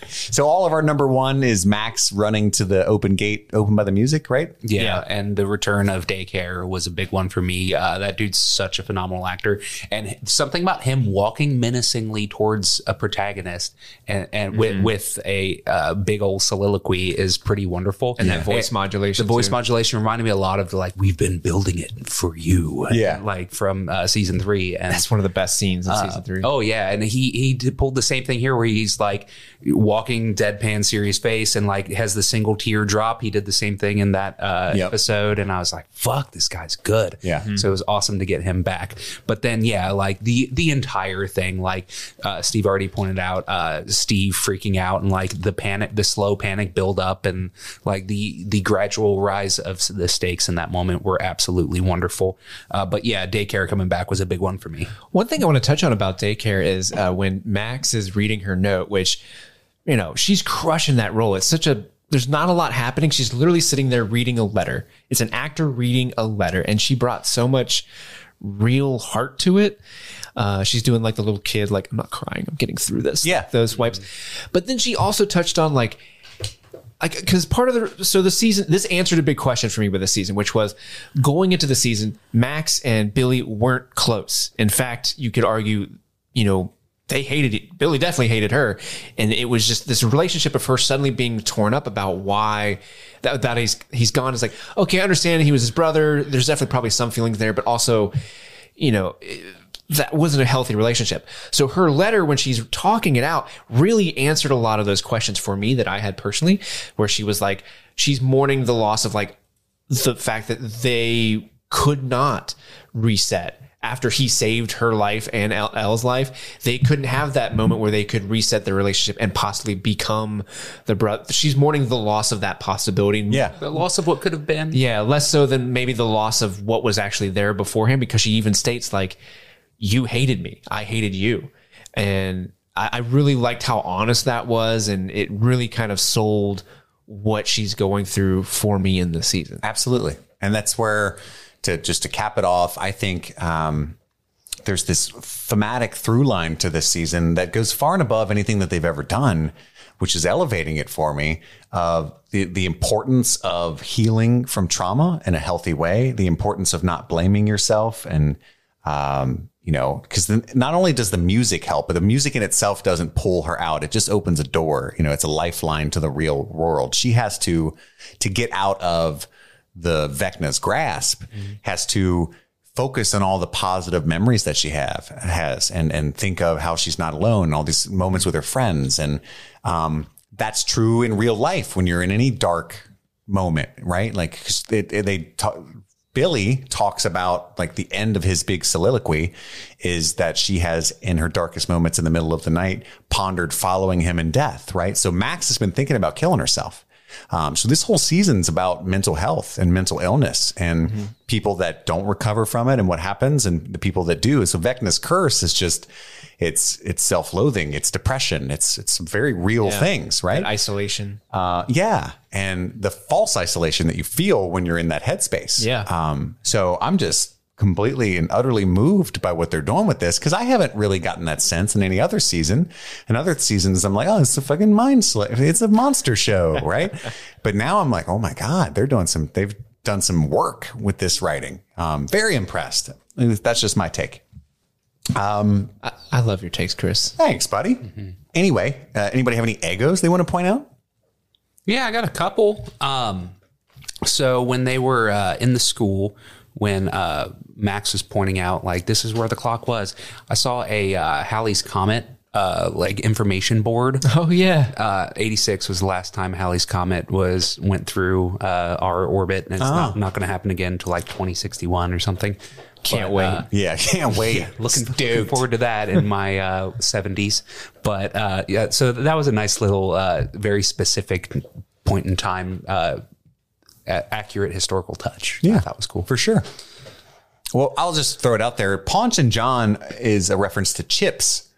Speaker 7: so all of our number one is Max running to the open gate, open by the music, right?
Speaker 9: Yeah, and the return of daycare was a big one for me. Uh, that dude's such a phenomenal actor, and h- something about him walking menacingly towards a protagonist and, and with,
Speaker 8: Mm-hmm.
Speaker 9: with a uh, big old soliloquy is pretty wonderful. And
Speaker 8: that voice modulation,
Speaker 9: the voice
Speaker 8: too.
Speaker 9: modulation reminded me a lot of the, like we've been building it for you,
Speaker 7: Yeah.
Speaker 9: like from uh, season three. And
Speaker 8: That's one of the best scenes in
Speaker 7: Uh,
Speaker 8: season three.
Speaker 9: Oh yeah, and he he did, pulled the same thing here where he's like walking deadpan serious face and like has the single tear drop. He did the same thing in that uh,
Speaker 7: Yep.
Speaker 9: episode, and I was like, "Fuck, this guy's good."
Speaker 7: Yeah. Mhm.
Speaker 9: So it was awesome to get him back. But then yeah, like the the entire thing, like uh, Steve already pointed out, uh, Steve freaking out and like the panic, the slow panic build up, and like the the gradual rise of s- the stakes in that moment were absolutely wonderful. Uh, but yeah, daycare coming back was a big one for me.
Speaker 8: One thing I want to touch on about daycare is uh, when Max is reading her note, which, you know, she's crushing that role. It's such a, there's not a lot happening. She's literally sitting there reading a letter. It's an actor reading a letter, and she brought so much real heart to it. Uh, she's doing like the little kid, like, I'm not crying, I'm getting through this.
Speaker 7: Yeah.
Speaker 8: Those wipes. But then she also touched on like, like because part of the so the season this answered a big question for me with the season which was going into the season max and billy weren't close in fact you could argue you know they hated it billy definitely hated her and it was just this relationship of her suddenly being torn up about why that, that he's he's gone is like okay i understand he was his brother there's definitely probably some feelings there but also you know that wasn't a healthy relationship. So her letter, when she's talking it out, really answered a lot of those questions for me that I had personally, where she was like, she's mourning the loss of like the fact that they could not reset after he saved her life and L- L's life. They couldn't have that moment where they could reset their relationship and possibly become the brother. She's mourning the loss of that possibility.
Speaker 7: Yeah.
Speaker 9: The loss of what could have been.
Speaker 8: Yeah, less so than maybe the loss of what was actually there beforehand, because she even states like, "You hated me, I hated you," and I, I really liked how honest that was, and it really kind of sold what she's going through for me in the season.
Speaker 7: Absolutely. And that's where to just to cap it off, I think um there's this thematic through line to this season that goes far and above anything that they've ever done, which is elevating it for me. Uh, the, the importance of healing from trauma in a healthy way, the importance of not blaming yourself and, um, you know, because not only does the music help, but the music in itself doesn't pull her out. It just opens a door. You know, it's a lifeline to the real world. She has to, to get out of the Vecna's grasp, has to focus on all the positive memories that she have has and and think of how she's not alone and all these moments with her friends and um that's true in real life when you're in any dark moment right like 'cause it, it- they talk, Billy talks about like the end of his big soliloquy is that she has in her darkest moments in the middle of the night pondered following him in death right so Max has been thinking about killing herself um, so this whole season's about mental health and mental illness and people that don't recover from it and what happens and the people that do. So Vecna's curse is just it's it's self-loathing, it's depression, it's it's very real things, right?
Speaker 8: That isolation.
Speaker 7: uh, yeah, and the false isolation that you feel when you're in that headspace.
Speaker 8: Yeah.
Speaker 7: Um, so I'm just completely and utterly moved by what they're doing with this because I haven't really gotten that sense in any other season. In other seasons, I'm like, oh, it's a fucking mind slave. It's a monster show, right? but now I'm like, oh my god, they're doing some. They've done some work with this writing. Um, very impressed. That's just my take.
Speaker 8: I love your takes, Chris.
Speaker 7: Thanks, buddy. Anyway, uh, anybody have any egos they want to point out?
Speaker 9: Yeah, I got a couple. Um, so when they were uh, in the school, when uh, Max was pointing out, like, this is where the clock was, I saw a uh, Halley's Comet, uh, like, information board.
Speaker 8: Oh yeah.
Speaker 9: Uh, 86 was the last time Halley's Comet was went through uh, our orbit, and it's not, not going to happen again until like 2061 or something.
Speaker 8: Can't
Speaker 9: But,
Speaker 8: wait.
Speaker 9: uh,
Speaker 7: Yeah, can't wait.
Speaker 9: looking, looking forward to that in my uh, 70s. But uh, yeah, so that was a nice little, uh, very specific point in time, uh, a- accurate historical touch.
Speaker 7: Yeah.
Speaker 9: I thought was cool.
Speaker 7: for sure. Well, I'll just throw it out there. Paunch and John is a reference to Chips,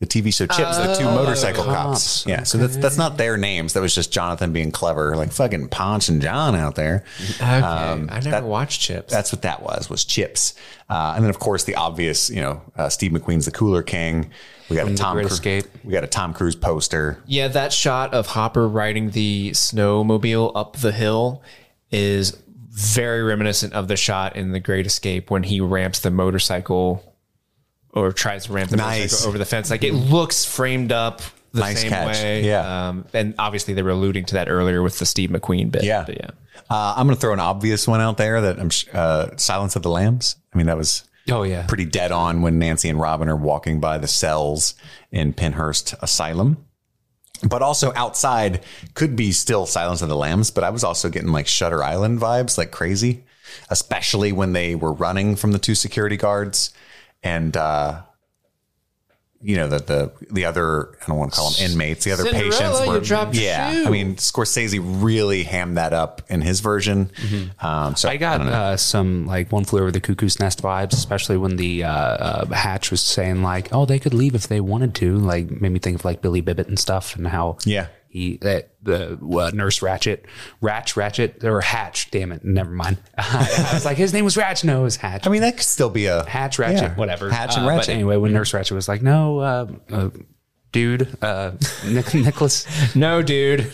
Speaker 7: the TV show Chips, the two motorcycle cops.
Speaker 9: cops.
Speaker 7: Yeah, so that's that's not their names. That was just Jonathan being clever, like fucking Paunch and John out there.
Speaker 8: okay.
Speaker 7: um,
Speaker 8: I never
Speaker 7: that-
Speaker 8: watched Chips.
Speaker 7: That's what that was was Chips, uh, and then of course the obvious, you know, uh, Steve McQueen's the Cooler King. We got a
Speaker 9: the
Speaker 7: Tom
Speaker 9: Great
Speaker 7: Cru-
Speaker 9: Escape.
Speaker 7: We got a Tom Cruise poster.
Speaker 8: Yeah, that shot of Hopper riding the snowmobile up the hill is very reminiscent of the shot in The Great Escape when he ramps the motorcycle or tries to ramp the
Speaker 7: Nice.
Speaker 8: motorcycle over the fence. Like it looks framed up the
Speaker 7: Nice
Speaker 8: same
Speaker 7: catch.
Speaker 8: way.
Speaker 7: Yeah.
Speaker 8: Um, and obviously they were alluding to that earlier with the Steve McQueen bit.
Speaker 7: Yeah.
Speaker 8: But yeah.
Speaker 7: Uh, I'm going to throw an obvious one out there that I'm sh- uh, Silence of the Lambs. I mean, that was
Speaker 9: Oh, yeah.
Speaker 7: pretty dead on when Nancy and Robin are walking by the cells in Penhurst Asylum. But also outside could be still Silence of the Lambs, but I was also getting like Shutter Island vibes like crazy, especially when they were running from the two security guards and uh you know the the the other I don't want to call them inmates, the other
Speaker 8: Cinderella,
Speaker 7: patients were
Speaker 8: you dropped your
Speaker 7: yeah.
Speaker 8: shoe.
Speaker 7: I mean Scorsese really hammed that up in his version.
Speaker 8: Mm-hmm.
Speaker 7: Um, so
Speaker 9: I got uh, some like one flew over the cuckoo's nest vibes, especially when the uh, uh, hatch was saying like, "Oh, they could leave if they wanted to." Like made me think of like Billy Bibbit and stuff, and how
Speaker 7: Yeah.
Speaker 9: he that the uh, nurse Ratchet, Ratch Ratchet or Hatch. Damn it, never mind. [LAUGHS] I was like, his name was Ratch. No, it was Hatch.
Speaker 7: I mean that could still be a
Speaker 9: Hatch Ratchet,
Speaker 7: yeah,
Speaker 9: whatever.
Speaker 7: Hatch and
Speaker 9: Uh,
Speaker 7: Ratchet.
Speaker 9: But anyway, when Nurse Ratchet was like, "No, uh, uh, dude, uh, Nic- [LAUGHS] Nicholas."
Speaker 8: No, dude.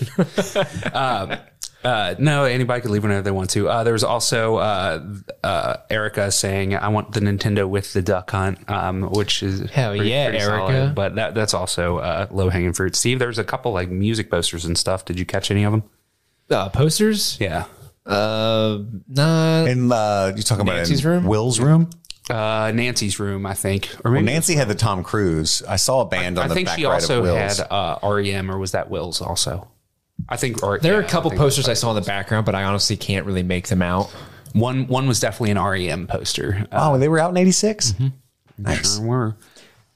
Speaker 9: Uh, no, anybody could leave whenever they want to. Uh, there was also uh, uh, Erica saying, "I want the Nintendo with the Duck Hunt," um, which is
Speaker 8: Hell yeah, Erica.
Speaker 9: But that, that's also uh, low hanging fruit. Steve, there's a couple like music posters and stuff. Did you catch any of them?
Speaker 8: Uh, posters?
Speaker 9: Yeah.
Speaker 8: Uh, nah.
Speaker 7: In uh, you talking about
Speaker 8: Nancy's
Speaker 7: in
Speaker 8: room?
Speaker 7: Will's room.
Speaker 9: Uh, Nancy's room, I think, or
Speaker 7: Well,
Speaker 9: maybe
Speaker 7: Nancy had the Tom Cruise. I saw a band on
Speaker 9: I
Speaker 7: the
Speaker 9: think
Speaker 7: back
Speaker 9: she
Speaker 7: right of
Speaker 9: also
Speaker 7: Will's.
Speaker 9: had uh, REM, or was that Will's also? I think or,
Speaker 8: There are
Speaker 9: yeah,
Speaker 8: a couple
Speaker 9: I think-
Speaker 8: posters I saw in the background, but I honestly can't really make them out.
Speaker 9: One one was definitely an REM poster. Uh,
Speaker 7: oh, they were out in '86.
Speaker 9: Mm-hmm.
Speaker 7: Nice.
Speaker 9: sure were.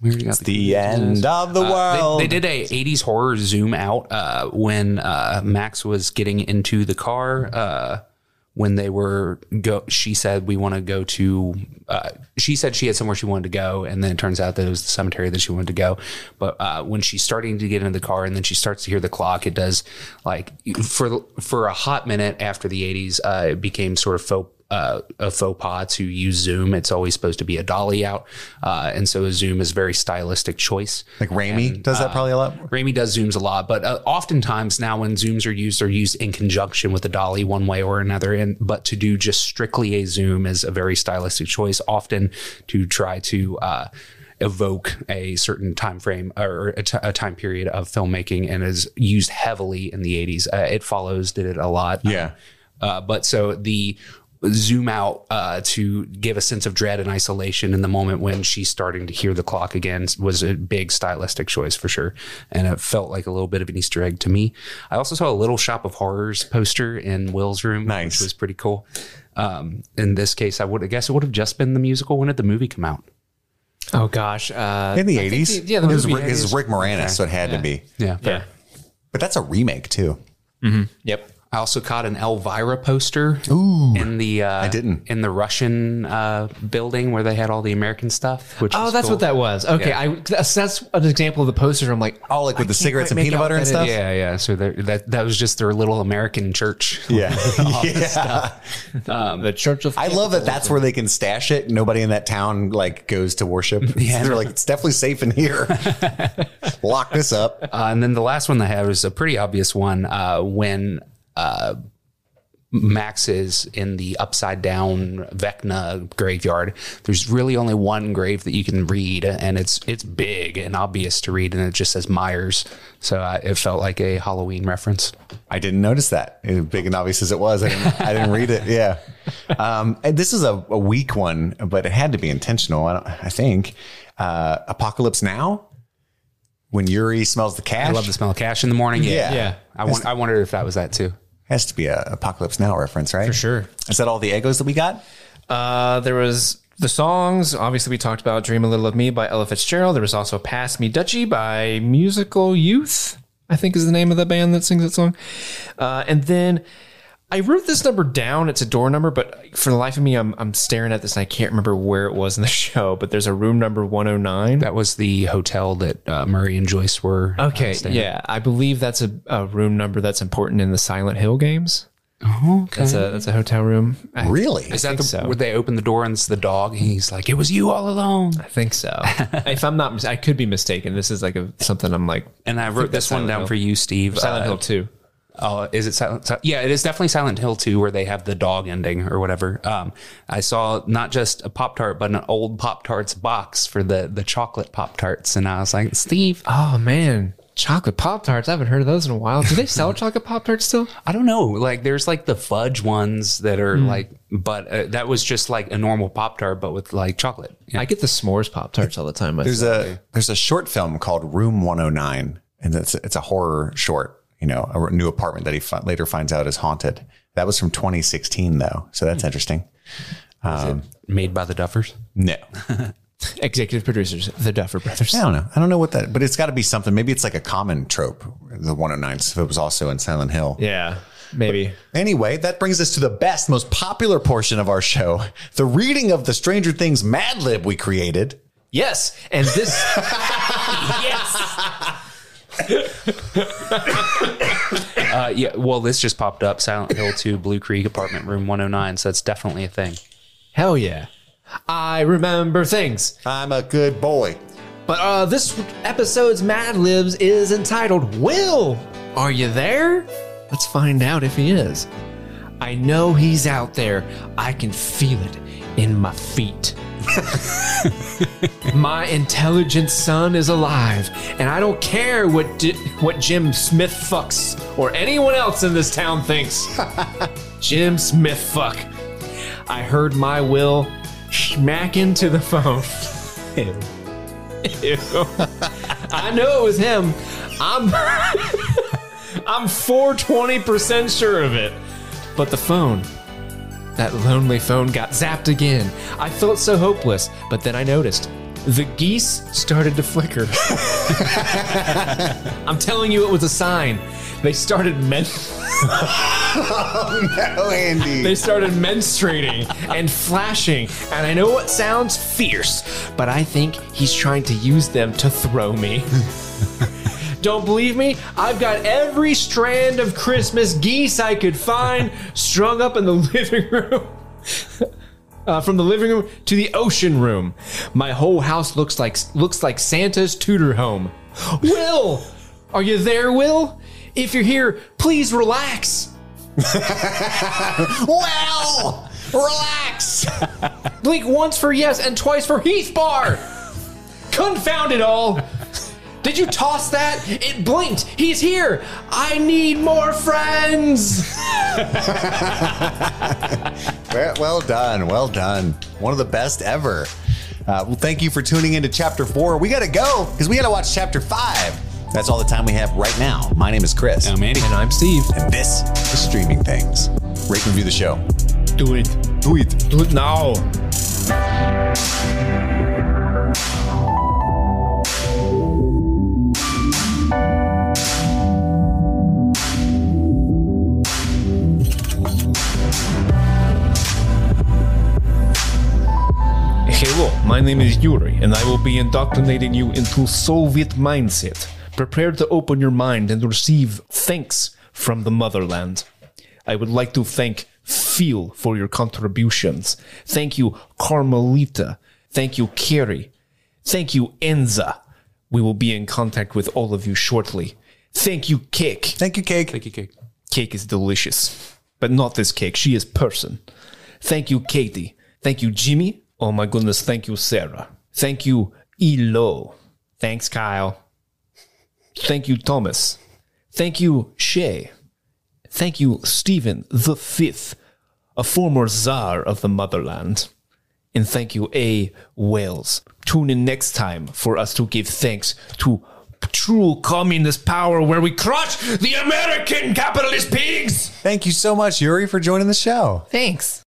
Speaker 9: We already got
Speaker 7: The end of the world.
Speaker 9: Uh, They, they did a 80s horror zoom out uh, when uh, Max was getting into the car. Uh, when they were go, she said we want to go to. Uh, she said she had somewhere she wanted to go, and then it turns out that it was the cemetery that she wanted to go. But uh, when she's starting to get into the car, and then she starts to hear the clock, it does like for for a hot minute after the 80s, uh, it became sort of faux uh, a faux pas to use Zoom. It's always supposed to be a dolly out, uh, and so Zoom is a very stylistic choice.
Speaker 7: Like Raimi does
Speaker 9: uh,
Speaker 7: that probably a lot.
Speaker 9: Ramey does zooms a lot, but uh, oftentimes now when zooms are used, they're used in conjunction with a dolly one way or another. And but to do just strictly a zoom is a very stylistic choice, often to try to uh, evoke a certain time frame or a, t- a time period of filmmaking, and is used heavily in the '80s. Uh, it follows did it a lot.
Speaker 7: Yeah.
Speaker 9: Uh, but so the zoom out uh, to give a sense of dread and isolation in the moment when she's starting to hear the clock again was a big stylistic choice for sure. And it felt like a little bit of an Easter egg to me. I also saw a Little Shop of Horrors poster in Will's room,
Speaker 7: Nice.
Speaker 9: which was pretty cool. Um, in this case, I would I guess it would have just been the musical. When did the movie come out?
Speaker 8: Oh gosh. Uh,
Speaker 7: In the
Speaker 8: I think
Speaker 7: eighties,
Speaker 8: yeah, the
Speaker 7: it was
Speaker 8: movie
Speaker 7: Rick, it was
Speaker 8: 80s.
Speaker 7: Rick Moranis, so it had to be.
Speaker 9: Yeah,
Speaker 8: Yeah.
Speaker 7: But that's a remake too.
Speaker 8: Yep.
Speaker 9: I also caught an Elvira poster in the uh, I
Speaker 7: didn't.
Speaker 9: in the Russian uh, building where they had all the American stuff. Which
Speaker 8: Oh,
Speaker 9: was
Speaker 8: that's
Speaker 9: cool.
Speaker 8: what that was. Okay,
Speaker 9: Yeah.
Speaker 8: I that's, that's an example of the poster. I'm like,
Speaker 7: Oh, like with the cigarettes and peanut butter and stuff.
Speaker 9: Yeah, yeah. So there- that that was just their little American church.
Speaker 7: [LAUGHS]
Speaker 9: [LAUGHS]
Speaker 7: Yeah. Yeah.
Speaker 8: the Church of.
Speaker 7: I love that that's where they can stash it. Nobody in that town like goes to worship.
Speaker 9: [LAUGHS]
Speaker 7: Yeah. They're like, it's definitely safe in here. Lock this up.
Speaker 9: Uh, and then the last one they had was a pretty obvious one uh, when uh, Max is in the upside down Vecna graveyard. There's really only one grave that you can read, and it's it's big and obvious to read, and it just says Myers. So uh, it felt like a Halloween reference.
Speaker 7: I didn't notice that. As big and obvious as it was, I didn't, I didn't read it.
Speaker 9: [LAUGHS]
Speaker 7: Yeah. Um, and this is a, a weak one, but it had to be intentional. I, don't, I think uh, Apocalypse Now, when Yuri smells the cash,
Speaker 9: I love the smell of cash in the morning.
Speaker 7: Yeah.
Speaker 8: Yeah.
Speaker 9: I, won- I wondered if that was that too.
Speaker 7: has to be a Apocalypse Now reference, right? For
Speaker 8: sure.
Speaker 7: Is that all the egos that we got?
Speaker 8: Uh, there was the songs. Obviously, we talked about "Dream a Little of Me" by Ella Fitzgerald. There was also "Pass Me Dutchie" by Musical Youth. I think is the name of the band that sings that song. Uh, and then I wrote this number down. It's a door number, but for the life of me, I'm I'm staring at this and I can't remember where it was in the [LAUGHS] show. But there's a room number 109.
Speaker 9: That was the hotel that uh, Murray and Joyce were. uh,
Speaker 8: Okay,
Speaker 9: staying at.
Speaker 8: yeah, I believe that's a, a room number that's important in the Silent Hill games.
Speaker 9: Oh, Okay.
Speaker 8: That's a that's a hotel room. I,
Speaker 7: Really?
Speaker 9: Is that
Speaker 8: think
Speaker 9: the,
Speaker 8: so.
Speaker 9: where they open the door and it's the dog? And he's like, "It was you all along."
Speaker 8: I think so. if I'm not, mis- I could be mistaken. This is like a something I'm like
Speaker 9: And I wrote
Speaker 8: that's
Speaker 9: this one
Speaker 8: Silent
Speaker 9: down
Speaker 8: Hill.
Speaker 9: for you, Steve.
Speaker 8: Silent
Speaker 9: Uh,
Speaker 8: Hill Two.
Speaker 9: Oh, is it Silent? Si- Yeah, it is definitely Silent Hill 2 where they have the dog ending or whatever. Um, I saw not just a Pop Tart, but an old Pop Tarts box for the, the chocolate Pop Tarts. And I was like, Steve,
Speaker 8: Oh man, chocolate pop tarts. I haven't heard of those in a while. Do they sell chocolate pop tarts still?
Speaker 9: I don't know. Like, there's like the fudge ones that
Speaker 8: Hmm.
Speaker 9: are like, but uh, that was just like a normal Pop Tart, but with like chocolate. Yeah.
Speaker 8: I get the s'mores pop tarts all the time.
Speaker 7: There's a there's a short film called Room 109, and it's it's a horror short. You know, a new apartment that he fi- later finds out is haunted. That was from 2016, though, so
Speaker 9: Hmm.
Speaker 7: that's interesting.
Speaker 9: Made by the Duffers.
Speaker 7: No,
Speaker 8: executive producers, the Duffer Brothers.
Speaker 7: I don't know. I don't know what that, but it's got to be something. Maybe it's like a common trope. The 109. So it was also in Silent Hill.
Speaker 8: Yeah, maybe.
Speaker 7: Anyway, that brings us to the best, most popular portion of our show: the reading of the Stranger Things Mad Lib we created.
Speaker 8: Yes, and this.
Speaker 9: Uh, yeah. Well, this just popped up Silent Hill 2, Blue Creek Apartment Room 109. So that's definitely a thing.
Speaker 8: Hell yeah. I remember things.
Speaker 7: I'm a good boy. [LAUGHS]
Speaker 8: But uh, this episode's Mad Libs is entitled Will, Are You There? Let's find out if he is. I know he's out there. I can feel it in my feet. my intelligent son is alive, and I don't care what di- what Jim Smith fucks or anyone else in this town thinks. Jim Smith fuck. I heard my will smack into the phone. Ew. [LAUGHS] I know it was him. I'm [LAUGHS] I'm 420% sure of it. But the phone. That lonely phone got zapped again. I felt so hopeless, but then I noticed the geese started to flicker. I'm telling you it was a sign. They started men- [LAUGHS]
Speaker 7: Oh, Andy.
Speaker 8: they started menstruating and flashing, and I know it sounds fierce, but I think he's trying to use them to throw me. Don't believe me? I've got every strand of Christmas geese I could find strung up in the living room. [LAUGHS] Uh, from the living room to the ocean room, my whole house looks like looks like Santa's Tudor home. Will, are you there, Will? If you're here, please relax.
Speaker 7: Well, relax.
Speaker 8: Blink once for yes and twice for Heath Bar. Confound it all. Did you toss that? It blinked. He's here. I need more friends.
Speaker 7: Well, well done. Well done. One of the best ever. Uh, well, thank you for tuning into chapter four. We got to go because we got to watch chapter five. That's all the time we have right now. My name is Chris.
Speaker 9: I'm Andy. And I'm Steve.
Speaker 7: and this is Streaming Things. Rate and review the show.
Speaker 8: Do it.
Speaker 7: Do it.
Speaker 8: Do it now. Hello, my name is Yuri, and I will be indoctrinating you into Soviet mindset. Prepare to open your mind and receive thanks from the motherland. I would like to thank Phil for your contributions. Thank you, Carmelita. Thank you, Kerry. Thank you, Enza. We will be in contact with all of you shortly. Thank you, Cake.
Speaker 7: Thank you, Cake.
Speaker 9: Thank you, Cake.
Speaker 8: Cake is delicious, but not this cake. She is person. Thank you, Katie. Thank you, Jimmy. Oh my goodness. Thank you, Sarah. Thank you, Elo. Thanks, Kyle. Thank you, Thomas. Thank you, Shay. Thank you, Stephen the Fifth, a former czar of the motherland. And thank you, A. Wales. Tune in next time for us to give thanks to true communist power where we crush the American capitalist pigs!
Speaker 7: Thank you so much, Yuri, for joining the show.
Speaker 10: Thanks.